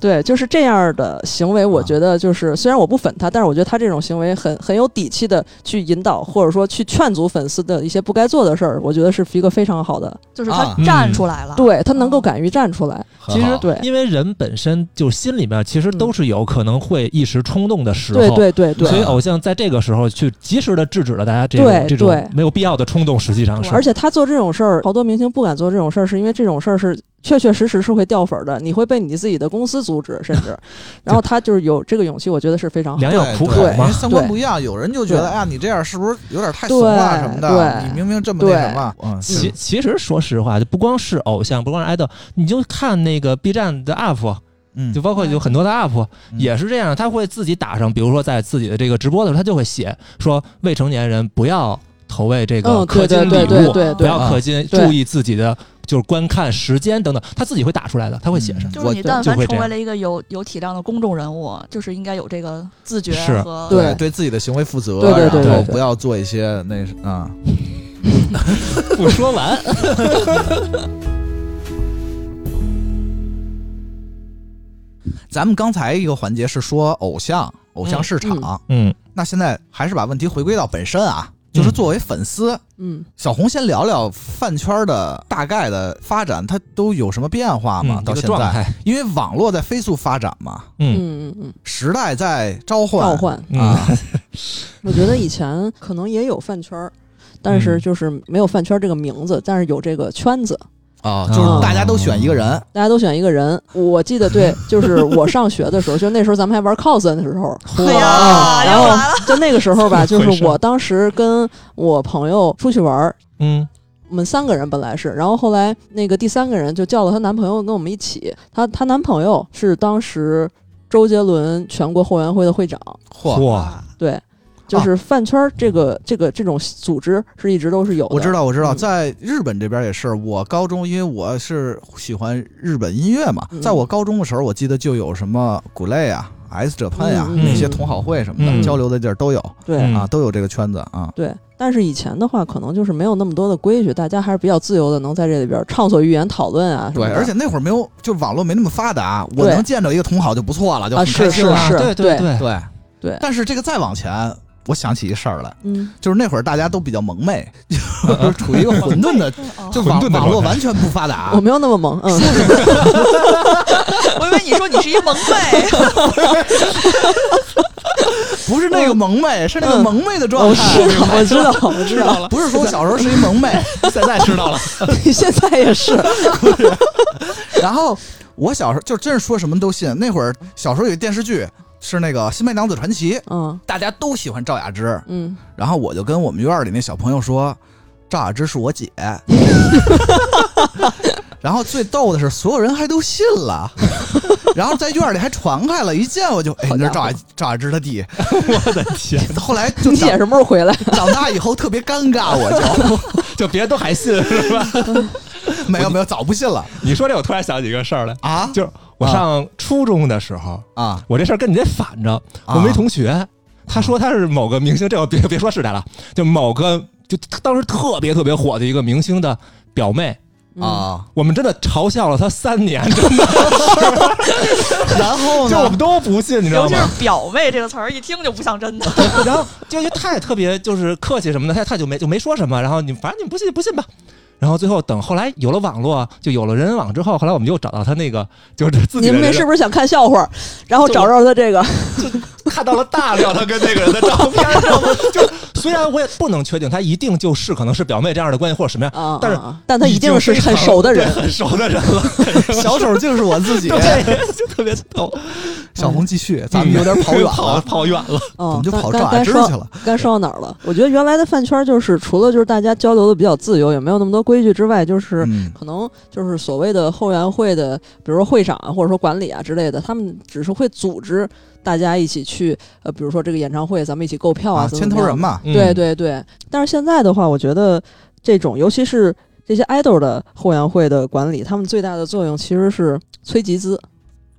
Speaker 3: 对，就是这样的行为，我
Speaker 1: 啊
Speaker 3: 觉得就是虽然我不粉他，但是我觉得他这种行为很很有底气的去引导或者说去劝阻粉丝的一些不该做的事儿，我觉得是一个非常好的，
Speaker 6: 就是他
Speaker 1: 啊
Speaker 6: 站出来了。
Speaker 3: 对他能够
Speaker 6: 哦
Speaker 3: 敢于站出来，
Speaker 1: 很
Speaker 4: 其实
Speaker 1: 好
Speaker 3: 对
Speaker 4: 因为人本身就心里面其
Speaker 6: 嗯
Speaker 4: 实都是有可能会一时冲动的时候，
Speaker 3: 对对对对
Speaker 4: 所以偶像在这个时候去及时的制止了大家这种
Speaker 3: 对
Speaker 4: 这种
Speaker 3: 对
Speaker 4: 没有必要的冲动，实际上是
Speaker 3: 而且他做这种事儿，好多明星不敢做这种事儿，是因为这种事儿是确确实实是会掉粉儿的，你会被你自己的公司阻止，甚 至。然后他就是有这个勇气，我觉得是非常好。
Speaker 4: 良药苦口
Speaker 1: 对因
Speaker 4: 嘛
Speaker 1: 为。三观
Speaker 3: 对
Speaker 1: 不一样，有人就觉得，
Speaker 3: 对
Speaker 1: 哎呀，你这样是不是有点太怂了
Speaker 3: 对
Speaker 1: 什么的？
Speaker 3: 对
Speaker 1: 你明明这么那
Speaker 3: 对
Speaker 1: 什么，嗯，
Speaker 4: 其
Speaker 1: 是
Speaker 4: 其实说实话，就不光是偶像，不光是爱豆，你就看那个 B 站的 UP，
Speaker 1: 嗯，
Speaker 4: 就包括有很多的 UP
Speaker 1: 嗯
Speaker 4: 也是这样，他会自己打上，比如说在自己的这个直播的时候，他就会写说未成年人不要投喂这个
Speaker 3: 嗯，
Speaker 4: 氪
Speaker 3: 对
Speaker 4: 金
Speaker 3: 对
Speaker 4: 礼
Speaker 3: 对
Speaker 4: 物
Speaker 3: 对，对
Speaker 4: 不
Speaker 3: 对，
Speaker 4: 要氪金，
Speaker 3: 对
Speaker 4: 注意自己的就是观看时间等等，他自己会打出来的，他会写上。
Speaker 1: 嗯
Speaker 6: 就是你
Speaker 4: 我
Speaker 6: 但
Speaker 4: 就
Speaker 6: 凡
Speaker 4: 会这
Speaker 6: 成为
Speaker 4: 样
Speaker 6: 了一个有有体量的公众人物，就是应该有这个自觉
Speaker 4: 是
Speaker 6: 和
Speaker 1: 对
Speaker 3: 对
Speaker 1: 对自己的行为负责，
Speaker 3: 对对对
Speaker 1: 然后
Speaker 4: 对对
Speaker 1: 不要做一些那是 啊。
Speaker 4: 不说完，
Speaker 1: 咱们刚才一个环节是说偶像，偶像市场，
Speaker 4: 嗯，
Speaker 1: 那现在还是把问题回归到本身啊，就是作为粉丝，
Speaker 3: 嗯
Speaker 1: 小红先聊聊饭圈的大概的发展，它都有什么变化吗？
Speaker 4: 嗯
Speaker 1: 到
Speaker 4: 这个
Speaker 1: 现
Speaker 4: 状
Speaker 1: 在，
Speaker 4: 态，
Speaker 1: 因为网络在飞速发展嘛，
Speaker 4: 嗯
Speaker 3: 嗯嗯嗯，
Speaker 1: 时代在召唤，
Speaker 3: 召唤。
Speaker 1: 啊，
Speaker 3: 我觉得以前可能也有饭圈儿，但
Speaker 4: 嗯
Speaker 3: 是就是没有饭圈儿这个名字，但是有这个圈子，
Speaker 1: 啊，
Speaker 4: 嗯
Speaker 1: 就是大家都选一个人，
Speaker 3: 大家都选一个人。我记得对，就是我上学的时候，就那时候咱们还玩 cos 的时候，
Speaker 6: 哎呀，
Speaker 3: 啊，然
Speaker 6: 聊完
Speaker 3: 后就那个时候吧，就
Speaker 4: 回事
Speaker 3: 是我当时跟我朋友出去玩儿，
Speaker 4: 嗯
Speaker 3: 我们三个人本来是，然后后来那个第三个人就叫了她男朋友跟我们一起，她她男朋友是当时周杰伦全国后援会的会长，
Speaker 1: 嚯！
Speaker 4: 哇，
Speaker 3: 对，就是饭圈儿这个、这个这种组织是一直都是有的，
Speaker 1: 我知道，我知道，
Speaker 3: 嗯
Speaker 1: 在日本这边也是。我高中因为我是喜欢日本音乐嘛，
Speaker 3: 嗯
Speaker 1: 在我高中的时候，我记得就有什么古类啊、S 者喷呀
Speaker 3: 嗯嗯
Speaker 1: 那些同好会什么的，
Speaker 4: 嗯
Speaker 1: 交流的地儿都有
Speaker 3: 对。
Speaker 4: 嗯
Speaker 1: 啊，都有这个圈子啊。
Speaker 3: 对，但是以前的话，可能就是没有那么多的规矩，大家还是比较自由的，能在这里边儿畅所欲言讨论啊什么
Speaker 1: 对，
Speaker 3: 的。
Speaker 1: 而且那会儿没有，就网络没那么发达，我
Speaker 3: 对
Speaker 1: 能见着一个同好就不错了，就
Speaker 3: 啊
Speaker 1: 很开
Speaker 3: 是
Speaker 1: 心
Speaker 3: 是
Speaker 1: 了。
Speaker 4: 啊
Speaker 3: 是，
Speaker 4: 对
Speaker 3: 对，
Speaker 4: 对，
Speaker 1: 对
Speaker 3: 对
Speaker 1: 但是这个再往前，我想起一事儿来，
Speaker 3: 嗯，
Speaker 1: 就是那会儿大家都比较萌昧，
Speaker 3: 啊
Speaker 1: 就是 处于一个混 沌的，
Speaker 6: 哦
Speaker 1: 就网
Speaker 4: 混沌的
Speaker 1: 网络
Speaker 4: 状态
Speaker 1: 完全不发达。
Speaker 3: 我没有那么萌，嗯，
Speaker 6: 我以为你说你是一萌妹，
Speaker 1: 不是那个萌妹，是那个
Speaker 3: 嗯
Speaker 1: 萌妹的状
Speaker 3: 我
Speaker 1: 态。
Speaker 3: 知道， 我知道，我知 道，
Speaker 1: 不是说我小时候是一 萌妹，
Speaker 4: 现在知道了，
Speaker 3: 你 现在也是，
Speaker 1: 然后我小时候就真是说什么都信。那会儿小时候有一电视剧是那个《新白娘子传奇》，
Speaker 3: 嗯
Speaker 1: 大家都喜欢赵雅芝，
Speaker 3: 嗯，
Speaker 1: 然后我就跟我们院里那小朋友说，赵雅芝是我姐。 然后最逗的是，所有人还都信了，然后在院里还传开了，一见我就哎，那是赵雅赵雅芝她弟。
Speaker 4: 我的天，
Speaker 1: 后来就
Speaker 3: 你
Speaker 1: 长
Speaker 3: 姐什么时候回来？
Speaker 1: 长大以后特别尴尬，我就
Speaker 4: 就别人都还信 是吧？
Speaker 1: 没有没有早不信了
Speaker 4: 你说这，我突然想起一个事儿来，
Speaker 1: 啊
Speaker 4: 就是我上初中的时候，
Speaker 1: 啊！
Speaker 4: 我这事儿跟你这反着。我们一同学，他说他是某个 明星，这我别别说是谁了，就某个就当时特别特别火的一个明星的表妹，
Speaker 3: 嗯，
Speaker 1: 啊，
Speaker 4: 我们真的嘲笑了他三 年，真的，
Speaker 1: 然后
Speaker 4: 就我们
Speaker 1: 呢？
Speaker 4: 都不信，你知道
Speaker 6: 尤其
Speaker 4: 吗？
Speaker 6: 是表妹这个词儿，一听就不像真的。
Speaker 4: 然后就因为他也特别就是客气什么的，他他就没就没说什么，然后你反正你们不信就不信吧。然后最后等后来有了网络，就有了人人网之后，后来我们又找到他那个就是自己
Speaker 3: 你
Speaker 4: 的
Speaker 3: 们
Speaker 4: 人
Speaker 3: 是不是想看笑话？然后找着他这个，
Speaker 4: 看到了大量他跟那个人的照片，知 道吗？就是虽然我也不能确定他一定就是可能是表妹这样的关系或者什么样，
Speaker 3: 啊，
Speaker 4: 但是
Speaker 3: 啊但他一定是
Speaker 4: 已经非
Speaker 3: 很
Speaker 4: 常
Speaker 3: 熟的人
Speaker 4: 对， 很熟的人了，
Speaker 1: 小手竟是我自己。
Speaker 4: 对，就特别逗。
Speaker 1: 小红继续，咱们有点跑远
Speaker 4: 跑
Speaker 1: 了，
Speaker 4: 跑远了。
Speaker 1: 怎
Speaker 3: 嗯
Speaker 1: 么，就
Speaker 3: 刚
Speaker 1: 跑赵
Speaker 3: 刚
Speaker 1: 雅
Speaker 3: 该
Speaker 1: 芝
Speaker 3: 说
Speaker 1: 去了？
Speaker 3: 该说到哪儿了？我觉得原来的饭圈就是除了就是大家交流的比较自由，也没有那么多规矩之外，就是
Speaker 1: 嗯
Speaker 3: 可能就是所谓的后援会的，比如说会长啊，或者说管理啊之类的，他们只是会组织大家一起去，呃，比如说这个演唱会，咱们一起购票啊，
Speaker 1: 啊，嗯
Speaker 3: 怎么
Speaker 1: 牵
Speaker 3: 怎么
Speaker 1: 头人
Speaker 3: 样
Speaker 4: 嗯
Speaker 1: 嘛，
Speaker 3: 对对对，但是现在的话，我觉得这种，尤其是这些 idol 的后援会的管理，他们最大的作用其实是催集资。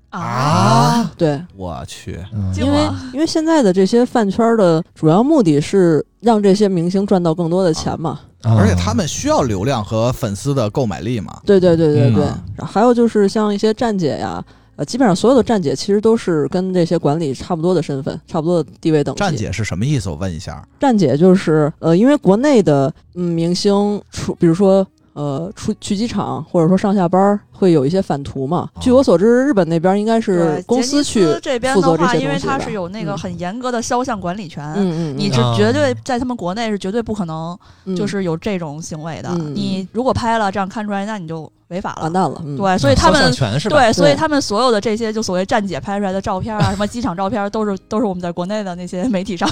Speaker 1: 啊，
Speaker 3: 对，
Speaker 1: 我去，
Speaker 4: 嗯，
Speaker 6: 惊
Speaker 3: 因为
Speaker 6: 了，
Speaker 3: 因为现在的这些饭圈的主要目的是让这些明星赚到更多的钱嘛。
Speaker 1: 而且他们需要流量和粉丝的购买力嘛，
Speaker 3: 对对对对
Speaker 4: 嗯
Speaker 3: 对，
Speaker 1: 啊
Speaker 3: 然后还有就是像一些站姐呀。呃，基本上所有的站姐其实都是跟这些管理差不多的身份、差不多的地位等级。
Speaker 1: 站姐是什么意思？我问一下
Speaker 3: 站姐就是呃，因为国内的嗯明星，除比如说呃出去机场或者说上下班儿会有一些返途嘛
Speaker 1: 哦。
Speaker 3: 据我所知，日本那边应该是
Speaker 6: 对
Speaker 3: 公
Speaker 6: 杰尼
Speaker 3: 司去
Speaker 6: 斯这边
Speaker 3: 负责
Speaker 6: 的
Speaker 3: 这
Speaker 6: 话，
Speaker 3: 些
Speaker 6: 因为
Speaker 3: 东西
Speaker 6: 它
Speaker 3: 吧
Speaker 6: 是有那
Speaker 3: 嗯
Speaker 6: 个很严格的肖像管理权，
Speaker 3: 嗯嗯，
Speaker 6: 你
Speaker 3: 嗯
Speaker 6: 是
Speaker 4: 啊
Speaker 6: 绝对在他们国内是绝对不可能
Speaker 3: 嗯
Speaker 6: 就是有这种行为的。
Speaker 3: 嗯
Speaker 6: 你如果拍了这样看出来，那你就违法了。
Speaker 3: 完蛋了，嗯，
Speaker 6: 对，所以他
Speaker 4: 肖像
Speaker 6: 们。
Speaker 4: 权是吧？
Speaker 6: 对，所以
Speaker 3: 对
Speaker 6: 他们所有的这些就所谓站姐拍出来的照片啊，什么机场照片，都是都是我们在国内的那些媒体上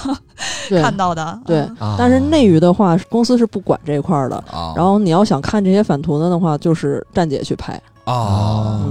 Speaker 3: 对
Speaker 6: 看到的。
Speaker 3: 对
Speaker 6: 嗯
Speaker 4: 啊
Speaker 3: 但
Speaker 1: 哦
Speaker 3: 是内娱的话，公司是不管这一块儿的。
Speaker 1: 啊，
Speaker 4: 哦
Speaker 3: 然后你要想看这些返图呢的话，就是站姐去拍。嗯
Speaker 1: 啊，
Speaker 4: 哦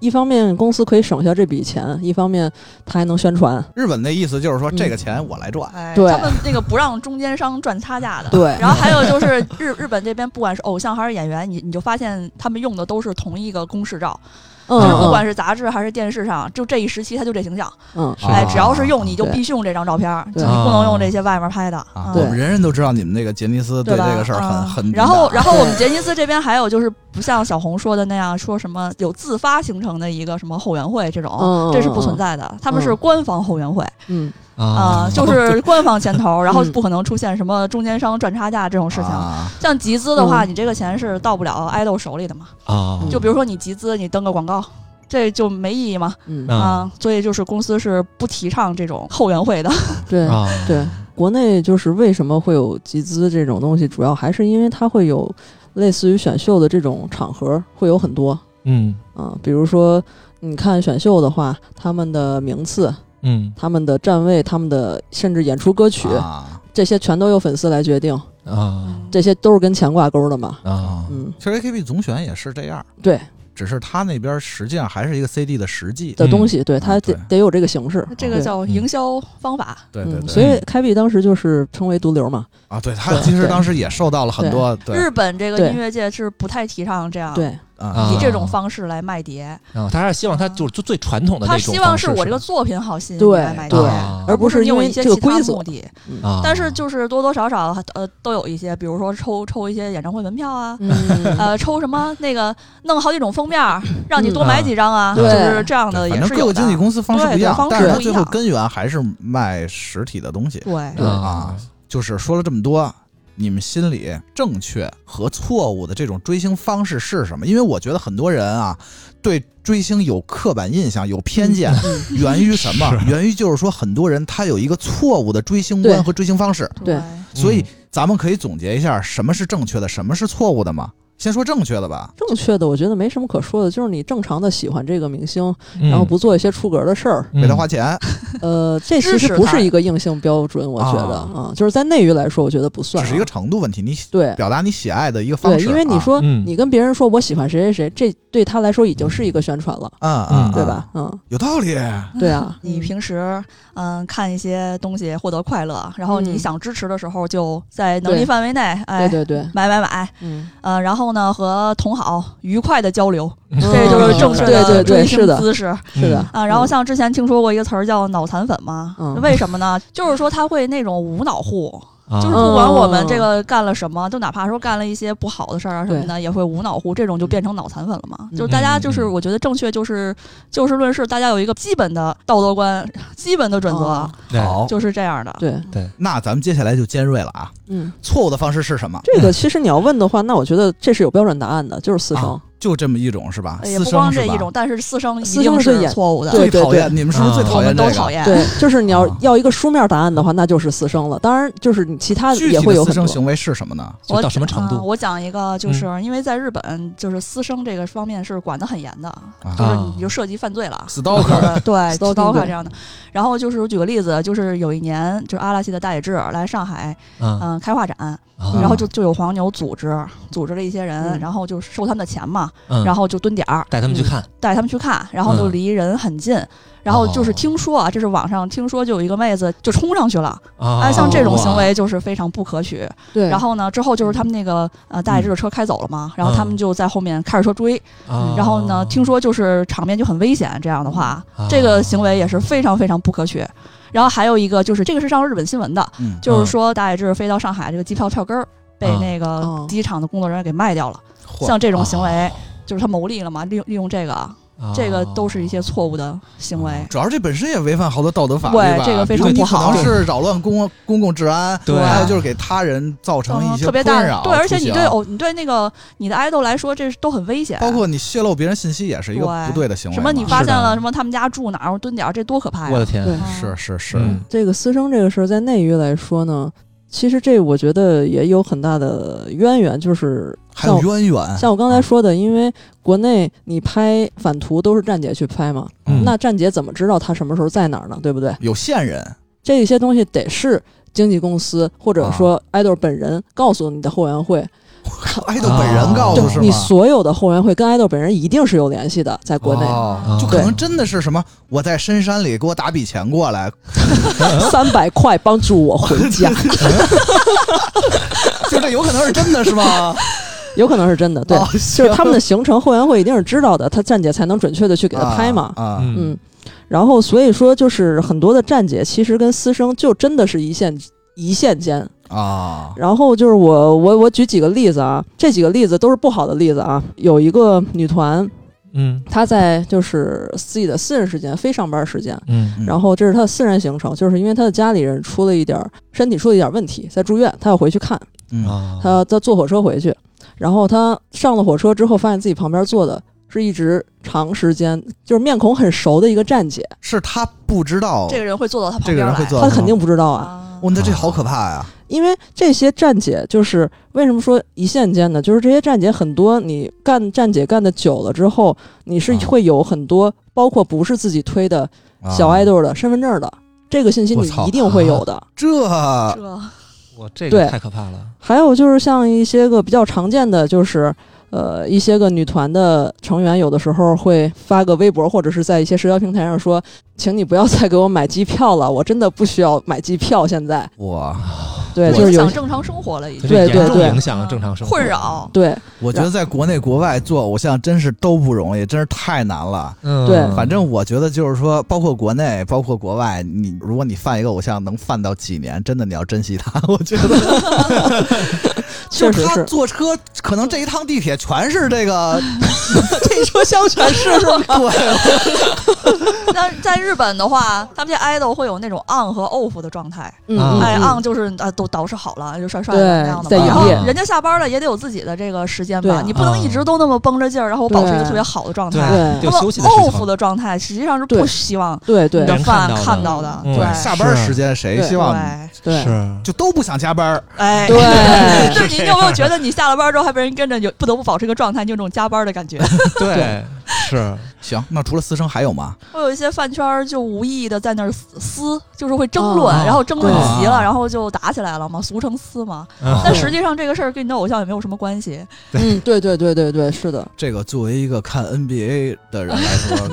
Speaker 3: 一方面公司可以省下这笔钱，一方面他还能宣传。
Speaker 1: 日本那意思就是说
Speaker 3: 嗯
Speaker 1: 这个钱我来赚，
Speaker 6: 哎，
Speaker 3: 对
Speaker 6: 他们那个不让中间商赚差价的。
Speaker 3: 对
Speaker 6: 然后还有就是日日本这边，不管是偶像还是演员，你你就发现他们用的都是同一个公式照，
Speaker 3: 嗯
Speaker 6: 就是不
Speaker 3: 嗯
Speaker 6: 管是杂志还是电视上，就这一时期他就这形象，
Speaker 3: 嗯，
Speaker 1: 啊
Speaker 6: 哎，只要是用你就
Speaker 3: 对
Speaker 6: 必须用这张照片，
Speaker 3: 对
Speaker 6: 就你不能用这些外面拍的。
Speaker 1: 啊，
Speaker 6: 嗯
Speaker 1: 我们人人都知道你们那个杰尼斯
Speaker 6: 对
Speaker 1: 这
Speaker 6: 吧
Speaker 1: 个事儿很
Speaker 6: 嗯
Speaker 1: 很敏感。啊
Speaker 6: 然后，然后我们
Speaker 3: 对
Speaker 6: 杰尼斯这边还有就是不像小红说的那样，说什么有自发形成的一个什么后援会这种，
Speaker 3: 嗯
Speaker 6: 这是不存。在的。他们是官方后援会
Speaker 3: 嗯，
Speaker 6: 啊， 就是官方牵头，然后
Speaker 3: 嗯
Speaker 6: 不可能出现什么中间商赚差价这种事情。
Speaker 1: 啊
Speaker 6: 像集资的话，
Speaker 3: 嗯
Speaker 6: 你这个钱是到不了爱豆手里的嘛？
Speaker 4: 啊
Speaker 3: 嗯
Speaker 6: 就比如说你集资，你登个广告。这就没意义嘛
Speaker 3: 嗯，
Speaker 4: 啊
Speaker 3: 嗯
Speaker 6: 啊！所以就是公司是不提倡这种后援会的。
Speaker 3: 对
Speaker 4: 啊
Speaker 3: 对，国内就是为什么会有集资这种东西，主要还是因为它会有类似于选秀的这种场合会有很多。
Speaker 4: 嗯
Speaker 3: 嗯，比如说你看选秀的话，他们的名次、
Speaker 4: 嗯
Speaker 3: 他们的站位、他们的甚至演出歌曲，
Speaker 1: 啊
Speaker 3: 这些全都由粉丝来决定，
Speaker 4: 啊
Speaker 3: 这些都是跟钱挂钩的嘛。
Speaker 4: 啊
Speaker 3: 嗯，
Speaker 1: 其实 AKB 总选也是这样，
Speaker 3: 对
Speaker 1: 只是他那边实际上还是一个 CD 的实际。
Speaker 3: 的东西，对
Speaker 1: 啊
Speaker 3: 它得
Speaker 1: 对
Speaker 3: 得有这个形式。
Speaker 6: 这个
Speaker 3: 对
Speaker 6: 叫营销方法，
Speaker 1: 对对
Speaker 3: 嗯，
Speaker 1: 对，
Speaker 3: 所以开辟当时就是称为毒瘤嘛。
Speaker 1: 啊，对他
Speaker 3: 对
Speaker 1: 其实
Speaker 3: 对
Speaker 1: 当时也受到了很多对
Speaker 6: 日本这个
Speaker 3: 对
Speaker 6: 音乐界是不太提倡这样
Speaker 3: 对，
Speaker 1: 啊
Speaker 6: 以这种方式来卖碟，
Speaker 4: 啊！他还是希望他就是就最传统的
Speaker 6: 他
Speaker 4: 那种方式，
Speaker 6: 希望是
Speaker 4: 吧
Speaker 6: 我这个作品好吸引你
Speaker 3: 对
Speaker 6: 来卖碟
Speaker 3: 对，
Speaker 4: 啊
Speaker 3: 而不
Speaker 6: 不
Speaker 3: 是
Speaker 6: 你
Speaker 3: 因
Speaker 6: 有
Speaker 3: 为
Speaker 6: 一些
Speaker 3: 这个
Speaker 6: 其
Speaker 3: 规
Speaker 6: 他
Speaker 3: 则
Speaker 6: 目。的。
Speaker 4: 啊，
Speaker 6: 但是就是多多少少呃都有一些，比如说抽抽一些演唱会门票啊。
Speaker 3: 嗯，
Speaker 6: 呃，抽什么那个弄好几种封面儿，让你多买几张啊，
Speaker 3: 嗯
Speaker 6: 就
Speaker 3: 对
Speaker 6: 是这样的
Speaker 1: 对反
Speaker 6: 也
Speaker 1: 正
Speaker 6: 是
Speaker 1: 各
Speaker 6: 有
Speaker 1: 个
Speaker 6: 的
Speaker 1: 经。纪公司方式
Speaker 6: 对
Speaker 1: 不一样
Speaker 6: 对方，式
Speaker 1: 但是它
Speaker 6: 不一
Speaker 1: 最后
Speaker 6: 样
Speaker 1: 根源还是卖实体的东西
Speaker 6: 对，
Speaker 4: 对
Speaker 1: 啊。就是说了这么多，你们心里正确和错误的这种追星方式是什么？因为我觉得很多人啊，对追星有刻板印象、有
Speaker 3: 嗯
Speaker 1: 偏见，源于什 么？源于就是说，很多人他有一个错误的追星观
Speaker 3: 对嗯
Speaker 1: 和追星方式。
Speaker 3: 对
Speaker 1: 所以咱们可以总结一下，什么是正确的，什么是错误的吗？先说正确的吧。
Speaker 3: 正确的我觉得没什么可说的，就是你正常的喜欢这个明星，
Speaker 4: 嗯
Speaker 3: 然后不做一些出格的事 儿。
Speaker 4: 嗯
Speaker 1: 给他花钱，
Speaker 3: 呃，这
Speaker 6: 支
Speaker 3: 其实
Speaker 6: 持
Speaker 3: 不
Speaker 6: 他，
Speaker 3: 是一个硬性标准，我觉得
Speaker 1: 啊
Speaker 3: 啊，就是在内娱来说，我觉得不 算
Speaker 1: 只
Speaker 3: 啊。
Speaker 1: 是一个程度问题，你
Speaker 3: 对
Speaker 1: 表达你喜爱的一个方
Speaker 3: 对，
Speaker 1: 式啊。
Speaker 3: 因为你说
Speaker 4: 嗯
Speaker 3: 你跟别人说我喜欢谁谁谁，这对他来说已经是一个宣传了，
Speaker 1: 嗯，嗯
Speaker 4: 嗯
Speaker 1: 嗯，
Speaker 3: 对吧？嗯，
Speaker 1: 有道理。
Speaker 3: 对啊
Speaker 6: 你平时嗯看一些东西获得快乐，然后你
Speaker 3: 嗯
Speaker 6: 想支持的时候就在能力
Speaker 3: 对
Speaker 6: 范围内，哎
Speaker 3: 对，对对，
Speaker 6: 买买买，
Speaker 3: 嗯，
Speaker 6: 呃，然后呢，和同好愉快的交流，
Speaker 1: 嗯
Speaker 6: 这
Speaker 3: 这
Speaker 6: 就是正
Speaker 3: 嗯
Speaker 6: 确
Speaker 3: 对
Speaker 6: 的
Speaker 3: 对
Speaker 6: 追
Speaker 3: 对，
Speaker 6: 星
Speaker 3: 是的，
Speaker 6: 姿势
Speaker 3: 是的
Speaker 6: 啊。然后像之前听说过一个词儿叫“脑残粉”嘛，
Speaker 3: 嗯
Speaker 6: 为什么呢？就是说他会那种无脑护，
Speaker 4: 啊
Speaker 6: 就是不管我
Speaker 3: 嗯
Speaker 6: 们这个干了什么，就哪怕说干了一些不好的事儿啊什么的，也会无脑护，这种就变成脑残粉了嘛。
Speaker 3: 嗯
Speaker 6: 就是大家就是
Speaker 4: 嗯嗯
Speaker 6: 我觉得正确就是就事论事，大家有一个基本的道德观、基本的准则
Speaker 3: 嗯，
Speaker 4: 对
Speaker 1: 好，
Speaker 6: 就是这样的。
Speaker 3: 对，
Speaker 1: 那咱们接下来就尖锐了啊，
Speaker 3: 嗯，
Speaker 1: 错误的方式是什么？
Speaker 3: 这个其实你要问的话，那我觉得这是有标准答案的，就是私生
Speaker 6: 哦
Speaker 1: 啊。就这么一种是吧？
Speaker 6: 哎也
Speaker 1: 私
Speaker 6: 不光
Speaker 1: 生是
Speaker 6: 这
Speaker 1: 吧
Speaker 6: 一种，，但是私生一
Speaker 3: 私
Speaker 6: 定
Speaker 3: 生是
Speaker 6: 是
Speaker 3: 演
Speaker 6: 错误的，
Speaker 3: 对
Speaker 1: 最讨厌你们是不是最
Speaker 4: 啊
Speaker 1: 讨
Speaker 6: 我
Speaker 1: 厌
Speaker 6: 们
Speaker 1: 这
Speaker 6: 都
Speaker 1: 个？
Speaker 6: 讨厌。
Speaker 3: 对，就是你要
Speaker 6: 哦
Speaker 1: 啊
Speaker 3: 要一个书面答案的话，那就是私生了。当然，就是你其他的
Speaker 1: 具
Speaker 3: 也
Speaker 1: 体
Speaker 3: 会
Speaker 1: 的
Speaker 3: 有
Speaker 1: 私
Speaker 3: 很
Speaker 1: 生
Speaker 3: 多。
Speaker 1: 行为是什么呢？
Speaker 4: 就
Speaker 6: 我
Speaker 4: 到什么程
Speaker 6: 啊
Speaker 4: 度嗯
Speaker 6: 我讲一个，就是、因为在日本，就是私生这个方面是管得很严的，
Speaker 1: 啊
Speaker 6: 就是你就涉及犯罪 了。有
Speaker 1: stalker
Speaker 6: 的对
Speaker 3: Stalking，
Speaker 6: 刀卡
Speaker 3: 对
Speaker 6: 这样的，然后就是我举个例子，就是有一年，就是阿拉西的大野智来上海，
Speaker 4: 啊
Speaker 6: 嗯、开画展，
Speaker 4: 啊
Speaker 6: 然后就就有黄牛组织组织了一些人，
Speaker 3: 嗯
Speaker 6: 然后就收他们的钱嘛，
Speaker 4: 嗯
Speaker 6: 然后就嗯蹲点儿
Speaker 4: 带他们去看
Speaker 6: 带他们去看，然后就
Speaker 4: 嗯
Speaker 6: 离人很近，然后就是
Speaker 4: 哦
Speaker 6: 听说啊，这是网上听说就有一个妹子就冲上去了，
Speaker 4: 啊
Speaker 6: 哎，像这种行
Speaker 4: 哇
Speaker 6: 为就是非常不可取，
Speaker 3: 对，
Speaker 6: 然后呢，之后就是他们那个呃
Speaker 1: 嗯
Speaker 6: 大野智的车开走了
Speaker 1: 啊
Speaker 6: 嘛，然后他们就在后面开着车追，
Speaker 4: 啊
Speaker 6: 然后呢，听说就是场面就很危险，这样的话，
Speaker 4: 啊
Speaker 6: 这个行为也是非常非常不可取。然后还有一个就是这个是上日本新闻的，
Speaker 1: 嗯
Speaker 6: 就是说大野智飞到上海，这个机票票根儿被
Speaker 4: 啊
Speaker 6: 那个
Speaker 3: 哦
Speaker 6: 机场的工作人员给卖掉了，
Speaker 1: 嚯
Speaker 6: 像这种行为
Speaker 4: 啊
Speaker 6: 就是他牟利了嘛，利用利用这个。
Speaker 2: 啊
Speaker 6: 这个都是一些错误的行为。
Speaker 1: 主要是这本身也违反好多道德法律
Speaker 6: 对
Speaker 1: 吧？
Speaker 6: 这个非常
Speaker 1: 你
Speaker 6: 不
Speaker 1: 可
Speaker 6: 好
Speaker 1: 能是扰乱公 共公共治安，
Speaker 4: 对
Speaker 1: 还有就是给他人造成一
Speaker 6: 嗯，
Speaker 1: 些
Speaker 6: 特别大
Speaker 1: 困
Speaker 6: 的
Speaker 1: 扰，
Speaker 6: 对，而且你对
Speaker 1: 出行
Speaker 6: 偶，你对那个你的爱豆来说，这是都很危险。
Speaker 1: 包括你泄露别人信息也是一个不
Speaker 6: 对
Speaker 1: 对的行为嘛。
Speaker 6: 什么你发
Speaker 4: 是
Speaker 6: 现
Speaker 4: 的
Speaker 6: 了什么他们家住哪儿，我蹲点儿，这多可怕呀！
Speaker 4: 我的天，啊
Speaker 3: 对
Speaker 1: 是是是，啊
Speaker 4: 嗯
Speaker 3: 这个私生这个事儿，在内娱来说呢，其实这我觉得也有很大的渊源，就是
Speaker 1: 还
Speaker 3: 像
Speaker 1: 有
Speaker 3: 我
Speaker 1: 渊源。啊
Speaker 3: 像我刚才说的，因为国内你拍反图都是站姐去拍嘛，
Speaker 4: 嗯
Speaker 3: 那站姐怎么知道她什么时候在哪儿呢？对不对？
Speaker 1: 有线人，
Speaker 3: 这些东西得是经纪公司或
Speaker 1: 啊
Speaker 3: 者说爱豆本人告诉你的后援会，
Speaker 1: 爱豆本哎人告诉
Speaker 3: 就是是
Speaker 1: 哦吗？
Speaker 3: 你所有的后援会跟爱豆本人一定是有联系的，在国内、
Speaker 1: 哦就可能真的是什么，我在深山里给我打笔钱过来，
Speaker 3: 三百块帮助我回 家，
Speaker 1: 就 这有可能是真的是吗？
Speaker 3: 有可能是真的，对，
Speaker 1: 哦
Speaker 3: 就是他们的行程后援会一定是知道的，他站姐才能准确的去给他拍嘛，
Speaker 1: 啊啊
Speaker 2: 嗯
Speaker 3: 嗯，然后所以说就是很多的站姐其实跟私生就真的是一线一线间。
Speaker 1: 啊！
Speaker 3: 然后就是我我我举几个例子啊，这几个例子都是不好的例子啊。有一个女团，
Speaker 2: 嗯
Speaker 3: 她在就是自己的私人时间，非上班时间。
Speaker 2: 嗯
Speaker 1: 嗯
Speaker 3: 然后这是她的私人行程，就是因为她的家里人出了一点儿身体出了一点儿问题，在住院，她要回去看，
Speaker 1: 嗯
Speaker 2: 啊
Speaker 3: 她她坐火车回去，然后她上了火车之后，发现自己旁边坐的是一直长时间就是面孔很熟的一个站姐，
Speaker 1: 是他不知道
Speaker 6: 这个人会坐到他旁
Speaker 1: 这个
Speaker 6: 边
Speaker 1: 人
Speaker 6: 来，
Speaker 1: 会做，
Speaker 3: 她肯定不知道啊，
Speaker 6: 啊
Speaker 1: 哇，那这好可怕呀！
Speaker 3: 因为这些站姐就是为什么说一线间呢？就是这些站姐很多，你干站姐干的久了之后，你是
Speaker 1: 啊
Speaker 3: 会有很多，包括不是自己推的
Speaker 1: 啊
Speaker 3: 小爱豆的身份证的这个信息，
Speaker 1: 我
Speaker 3: 你
Speaker 1: 操
Speaker 3: 一定会有的。
Speaker 1: 这
Speaker 6: 这
Speaker 4: 我这
Speaker 3: 对
Speaker 4: 个太可怕了，
Speaker 3: 还有就是像一些个比较常见的，就是呃一些个女团的成员，有的时候会发个微博，或者是在一些社交平台上说，请你不要再给我买机票了，我真的不需要买机票。现在，
Speaker 1: 我
Speaker 3: 对，
Speaker 6: 不
Speaker 3: 就是
Speaker 6: 影
Speaker 3: 有
Speaker 6: 响正常生活了，已经
Speaker 3: 对
Speaker 4: 这严重
Speaker 3: 对
Speaker 4: 影响了正常生活，
Speaker 6: 困扰。
Speaker 3: 对
Speaker 1: 我觉得在国内国外做偶像真是都不容易，真是太难了。
Speaker 2: 嗯
Speaker 3: 对
Speaker 1: 反正我觉得就是说，包括国内，包括国外，你如果你犯一个偶像能犯到几年，真的你要珍惜他。我觉得，
Speaker 3: 确
Speaker 1: 就是
Speaker 3: 实
Speaker 1: 他
Speaker 3: 是
Speaker 1: 坐车，可能这一趟地铁全是这 个，
Speaker 3: 这车厢全是 是吗？
Speaker 1: 对，
Speaker 6: 那在日本的话，他们这 idol 会有那种 on 和 off 的状态，
Speaker 3: 嗯
Speaker 2: 啊
Speaker 3: 嗯
Speaker 6: 哎
Speaker 3: 嗯
Speaker 6: ，on 就是啊都捯饬好了就帅帅的
Speaker 3: 对
Speaker 6: 那样的
Speaker 3: 在
Speaker 6: 嘛，
Speaker 3: 营
Speaker 6: 然后
Speaker 2: 业
Speaker 6: 人家下班了也得有自己的这个时间
Speaker 3: 对啊
Speaker 6: 吧，你不能一直都那么绷着劲儿，然后我保持一个特别好的状
Speaker 4: 对
Speaker 6: 态。
Speaker 3: 对
Speaker 6: 那
Speaker 4: 有
Speaker 6: 么
Speaker 4: 休息的时候
Speaker 6: off 的状态实际上是不
Speaker 3: 对
Speaker 6: 希望
Speaker 3: 对
Speaker 6: 你
Speaker 3: 对
Speaker 6: 的
Speaker 4: 人看
Speaker 6: 饭
Speaker 4: 到的
Speaker 6: 看到的，
Speaker 4: 嗯
Speaker 6: 对
Speaker 1: 下班
Speaker 2: 是
Speaker 1: 时间谁
Speaker 3: 对
Speaker 1: 希望你
Speaker 6: 对，
Speaker 3: 对
Speaker 4: 是
Speaker 1: 就都不想加班儿，
Speaker 6: 哎，
Speaker 3: 对
Speaker 6: 是你你有没有觉得你下了班之后还被人跟着，有不得不保持一个状态，你有种加班的感 觉？
Speaker 4: 对是
Speaker 1: 行，那除了私生还有吗？
Speaker 6: 会有一些饭圈儿就无意义的在那儿撕撕，就是会争论，
Speaker 4: 哦
Speaker 6: 然后争论
Speaker 1: 对
Speaker 6: 急了，然后就打起来了嘛，俗称撕嘛。
Speaker 4: 嗯
Speaker 6: 但实际上这个事儿跟你的偶像也没有什么关系。
Speaker 3: 嗯，对对对对对，是的，
Speaker 1: 这个作为一个看 NBA 的人来 说，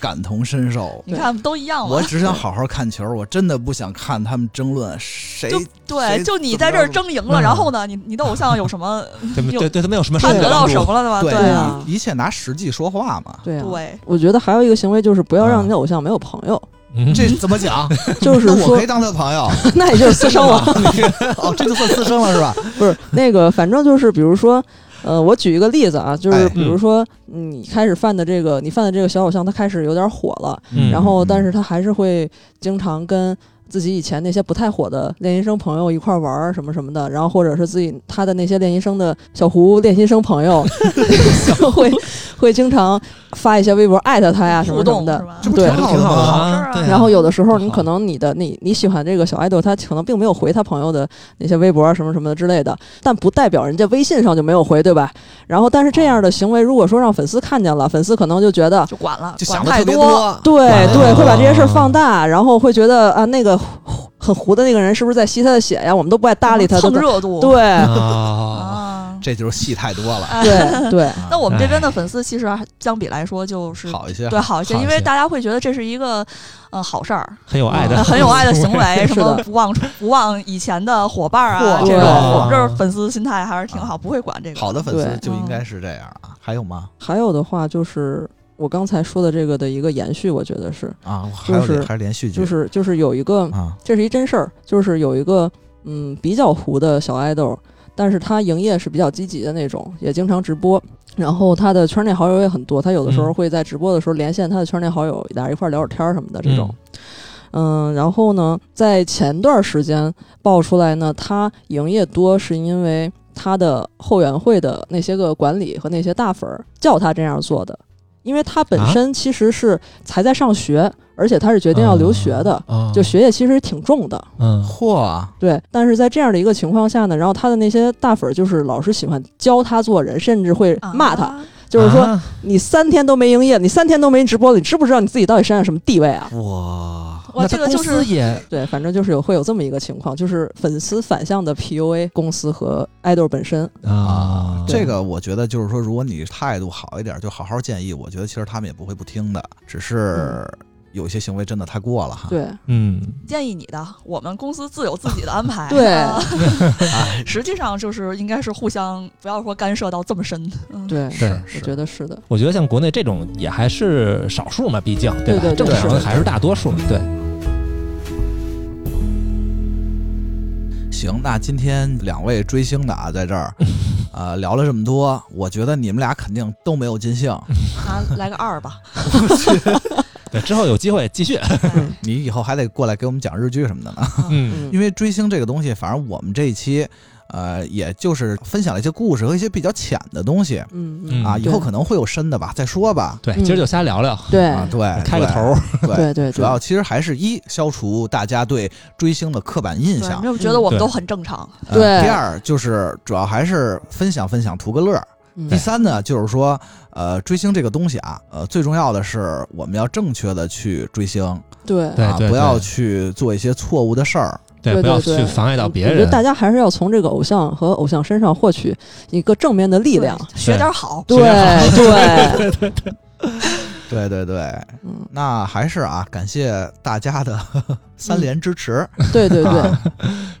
Speaker 1: 感同身受。
Speaker 6: 你看都一
Speaker 3: 啊
Speaker 6: 样
Speaker 1: 我
Speaker 6: 嘛。
Speaker 1: 只想好好看球，我真的不想看他们争论谁
Speaker 6: 就对，
Speaker 1: 谁
Speaker 6: 就你在这儿争赢了，
Speaker 2: 嗯
Speaker 6: 然后呢，你你的偶像有什么？
Speaker 4: 对
Speaker 6: 有
Speaker 4: 对对他们有什么
Speaker 6: 他
Speaker 4: 深
Speaker 6: 得
Speaker 4: 的
Speaker 6: 到
Speaker 4: 帮
Speaker 6: 什
Speaker 4: 助？
Speaker 6: 么了吧？
Speaker 1: 对
Speaker 6: 对
Speaker 3: 啊
Speaker 1: 一一切拿实际说话嘛。
Speaker 3: 对啊。
Speaker 6: 对，
Speaker 3: 我觉得还有一个行为就是不要让你的偶像没有朋友，
Speaker 2: 嗯
Speaker 1: 这怎么讲？
Speaker 3: 就是
Speaker 1: 那我
Speaker 3: 说
Speaker 1: 可以，当他的朋友，
Speaker 3: 那也就是 私生了，
Speaker 1: 哦，这就算私生了是吧？
Speaker 3: 不是那个，反正就是比如说，呃，我举一个例子啊，就是
Speaker 1: 哎
Speaker 3: 比如说你开始犯的这个，你犯的这个小偶像，他开始有点火了，
Speaker 4: 嗯
Speaker 3: 然后但是他还是会经常跟自己以前那些不太火的练习生朋友一块儿玩儿什么什么的，然后或者是自己他的那些练习生的小胡练习生朋友，就会会经常发一些微博艾特他哎呀什
Speaker 6: 互
Speaker 3: 么什么
Speaker 6: 动
Speaker 3: 的
Speaker 6: 是。吧？
Speaker 1: 这不
Speaker 3: 对
Speaker 1: 挺好的
Speaker 4: 挺好的
Speaker 1: 吗？
Speaker 4: 啊
Speaker 6: 好事儿啊
Speaker 4: 对
Speaker 3: 然后有的时候
Speaker 2: 不
Speaker 3: 你
Speaker 2: 好
Speaker 3: 可能你的你你喜欢这个小爱豆，他可能并没有回他朋友的那些微博啊什么什么的之类的，但不代表人家微信上就没有回，对吧？然后但是这样的行为，如果说让粉丝看见了，粉丝可能就觉得
Speaker 6: 就管了，
Speaker 1: 就
Speaker 6: 管
Speaker 1: 想的
Speaker 6: 太
Speaker 1: 特别
Speaker 6: 多。
Speaker 1: 多。
Speaker 3: 对
Speaker 2: 啊
Speaker 3: 对，会把这些事儿放大，然后会觉得啊，那个很糊的那个人是不是在吸他的血呀？我们都不爱搭理他，都
Speaker 6: 蹭
Speaker 3: 在
Speaker 6: 热度。
Speaker 3: 对
Speaker 2: 啊
Speaker 6: 啊，
Speaker 1: 这就是戏太多了，
Speaker 6: 哎
Speaker 3: 对对，
Speaker 6: 那我们这边的粉丝其实还相比来说就是
Speaker 1: 好一些。
Speaker 6: 对好一些，
Speaker 4: 好一
Speaker 6: 因为
Speaker 4: 些
Speaker 6: 大家会觉得这是一个呃好事儿，
Speaker 4: 很有爱的
Speaker 6: 呃，很有爱的行为，
Speaker 3: 是
Speaker 6: 什
Speaker 3: 的
Speaker 6: 么不忘不忘以前的伙伴儿啊，
Speaker 3: 嚯
Speaker 6: 这
Speaker 3: 对
Speaker 6: 种我们这儿粉丝心态还是挺好，不会管这个。
Speaker 1: 好的粉丝
Speaker 3: 对嗯
Speaker 1: 就应该是这样啊。还有吗？
Speaker 3: 还有的话就是我刚才说的这个的一个延续，我觉得是
Speaker 1: 啊，我还有
Speaker 3: 就是
Speaker 1: 还是连续剧，
Speaker 3: 就是就是有一个
Speaker 1: 啊
Speaker 3: 这是一真事儿，就是有一个嗯比较糊的小爱豆，但是他营业是比较积极的那种，也经常直播。然后他的圈内好友也很多，他有的时候
Speaker 4: 嗯
Speaker 3: 会在直播的时候连线他的圈内好友，大家一块儿聊会儿天儿什么的这种。嗯，然后呢，在前段时间爆出来呢，他营业多是因为他的后援会的那些个管理和那些大粉儿叫他这样做的，因为他本
Speaker 4: 啊
Speaker 3: 身其实是才在上学，而且他是决定要留学的，
Speaker 4: 嗯，
Speaker 3: 就学业其实挺重的。
Speaker 4: 嗯
Speaker 1: 嚯，
Speaker 3: 对，但是在这样的一个情况下呢，然后他的那些大粉儿就是老是喜欢教他做人，甚至会骂他，
Speaker 6: 啊
Speaker 3: 就是说、
Speaker 4: 啊
Speaker 3: 你三天都没营业，你三天都没直播，你知不知道你自己到底身上什么地位啊？
Speaker 1: 哇，
Speaker 6: 哇，
Speaker 4: 那
Speaker 6: 这
Speaker 4: 他
Speaker 6: 个
Speaker 4: 公
Speaker 6: 就
Speaker 4: 司
Speaker 6: 是
Speaker 4: 也
Speaker 3: 对，反正就是有会有这么一个情况，就是粉丝反向的 PUA 公司和爱豆本身。
Speaker 6: 嗯
Speaker 4: 啊，
Speaker 1: 这个我觉得就是说，如果你态度好一点，就好好建议，我觉得其实他们也不会不听的，只是有些行为真的太过了哈。
Speaker 3: 对
Speaker 4: 嗯
Speaker 6: 建议你的，我们公司自有自己的安排。
Speaker 3: 对
Speaker 6: 啊实际上就是应该是互相不要说干涉到这么深。嗯，
Speaker 3: 对，
Speaker 4: 对。
Speaker 3: 我觉得是的。
Speaker 4: 我觉得像国内这种也还是少数嘛，毕竟吧？
Speaker 3: 对对对
Speaker 4: 正常的还是大多数嘛，对。
Speaker 1: 行，那今天两位追星的啊，在这儿，呃，聊了这么多，我觉得你们俩肯定都没有尽兴，
Speaker 6: 啊，来个二吧。
Speaker 4: 对，之后有机会继续。
Speaker 6: 哎
Speaker 1: 你以后还得过来给我们讲日剧什么的呢。
Speaker 4: 嗯，
Speaker 3: 嗯
Speaker 1: 因为追星这个东西，反正我们这一期，呃，也就是分享了一些故事和一些比较浅的东西
Speaker 3: 嗯
Speaker 4: 嗯
Speaker 3: 嗯，
Speaker 1: 啊，以后
Speaker 3: 对
Speaker 1: 可能会有深的吧，再说吧。
Speaker 4: 对，
Speaker 3: 嗯
Speaker 4: 今儿就瞎聊聊，
Speaker 3: 对
Speaker 1: 啊，对，
Speaker 4: 开个头
Speaker 1: 对
Speaker 4: 儿。
Speaker 3: 对对，
Speaker 1: 主要其实还是一消除大家对追星的刻板印
Speaker 6: 对，
Speaker 1: 象
Speaker 6: 没，有觉得我们都很正常。
Speaker 1: 呃
Speaker 3: 对
Speaker 1: 第二就是主要还是分享分享，图个乐儿。
Speaker 3: 嗯
Speaker 1: 第三呢，就是说，呃，追星这个东西啊，呃，最重要的是我们要正确的去追星
Speaker 3: 对
Speaker 4: 对
Speaker 1: 啊，不要去做一些错误的事儿。
Speaker 4: 对，
Speaker 3: 对
Speaker 4: 不要
Speaker 3: 对
Speaker 4: 去
Speaker 3: 对
Speaker 4: 妨碍到别
Speaker 3: 嗯我觉
Speaker 4: 人
Speaker 3: 得。大家还是要从这个偶像和偶像身上获取一个正面的力量。
Speaker 6: 对学点好。
Speaker 3: 对对，
Speaker 1: 对对对，
Speaker 3: 嗯，
Speaker 1: 那还是啊，感谢大家的 三连支持，
Speaker 3: 对对对
Speaker 1: 啊，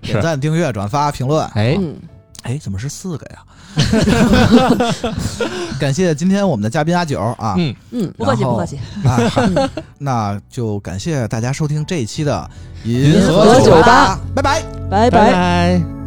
Speaker 1: 点赞、订阅、转发、评论。
Speaker 4: 嗯哎，
Speaker 3: 嗯，
Speaker 1: 哎，怎么是四个呀？ 感谢今天我们的嘉宾阿九啊，
Speaker 4: 嗯，
Speaker 3: 嗯，
Speaker 6: 不客气，
Speaker 1: 然后
Speaker 6: 不客气。
Speaker 1: 啊，好那就感谢大家收听这一期的《银
Speaker 3: 河
Speaker 1: 酒
Speaker 3: 酒吧
Speaker 1: 吧》，拜拜。
Speaker 3: 拜
Speaker 4: 拜拜。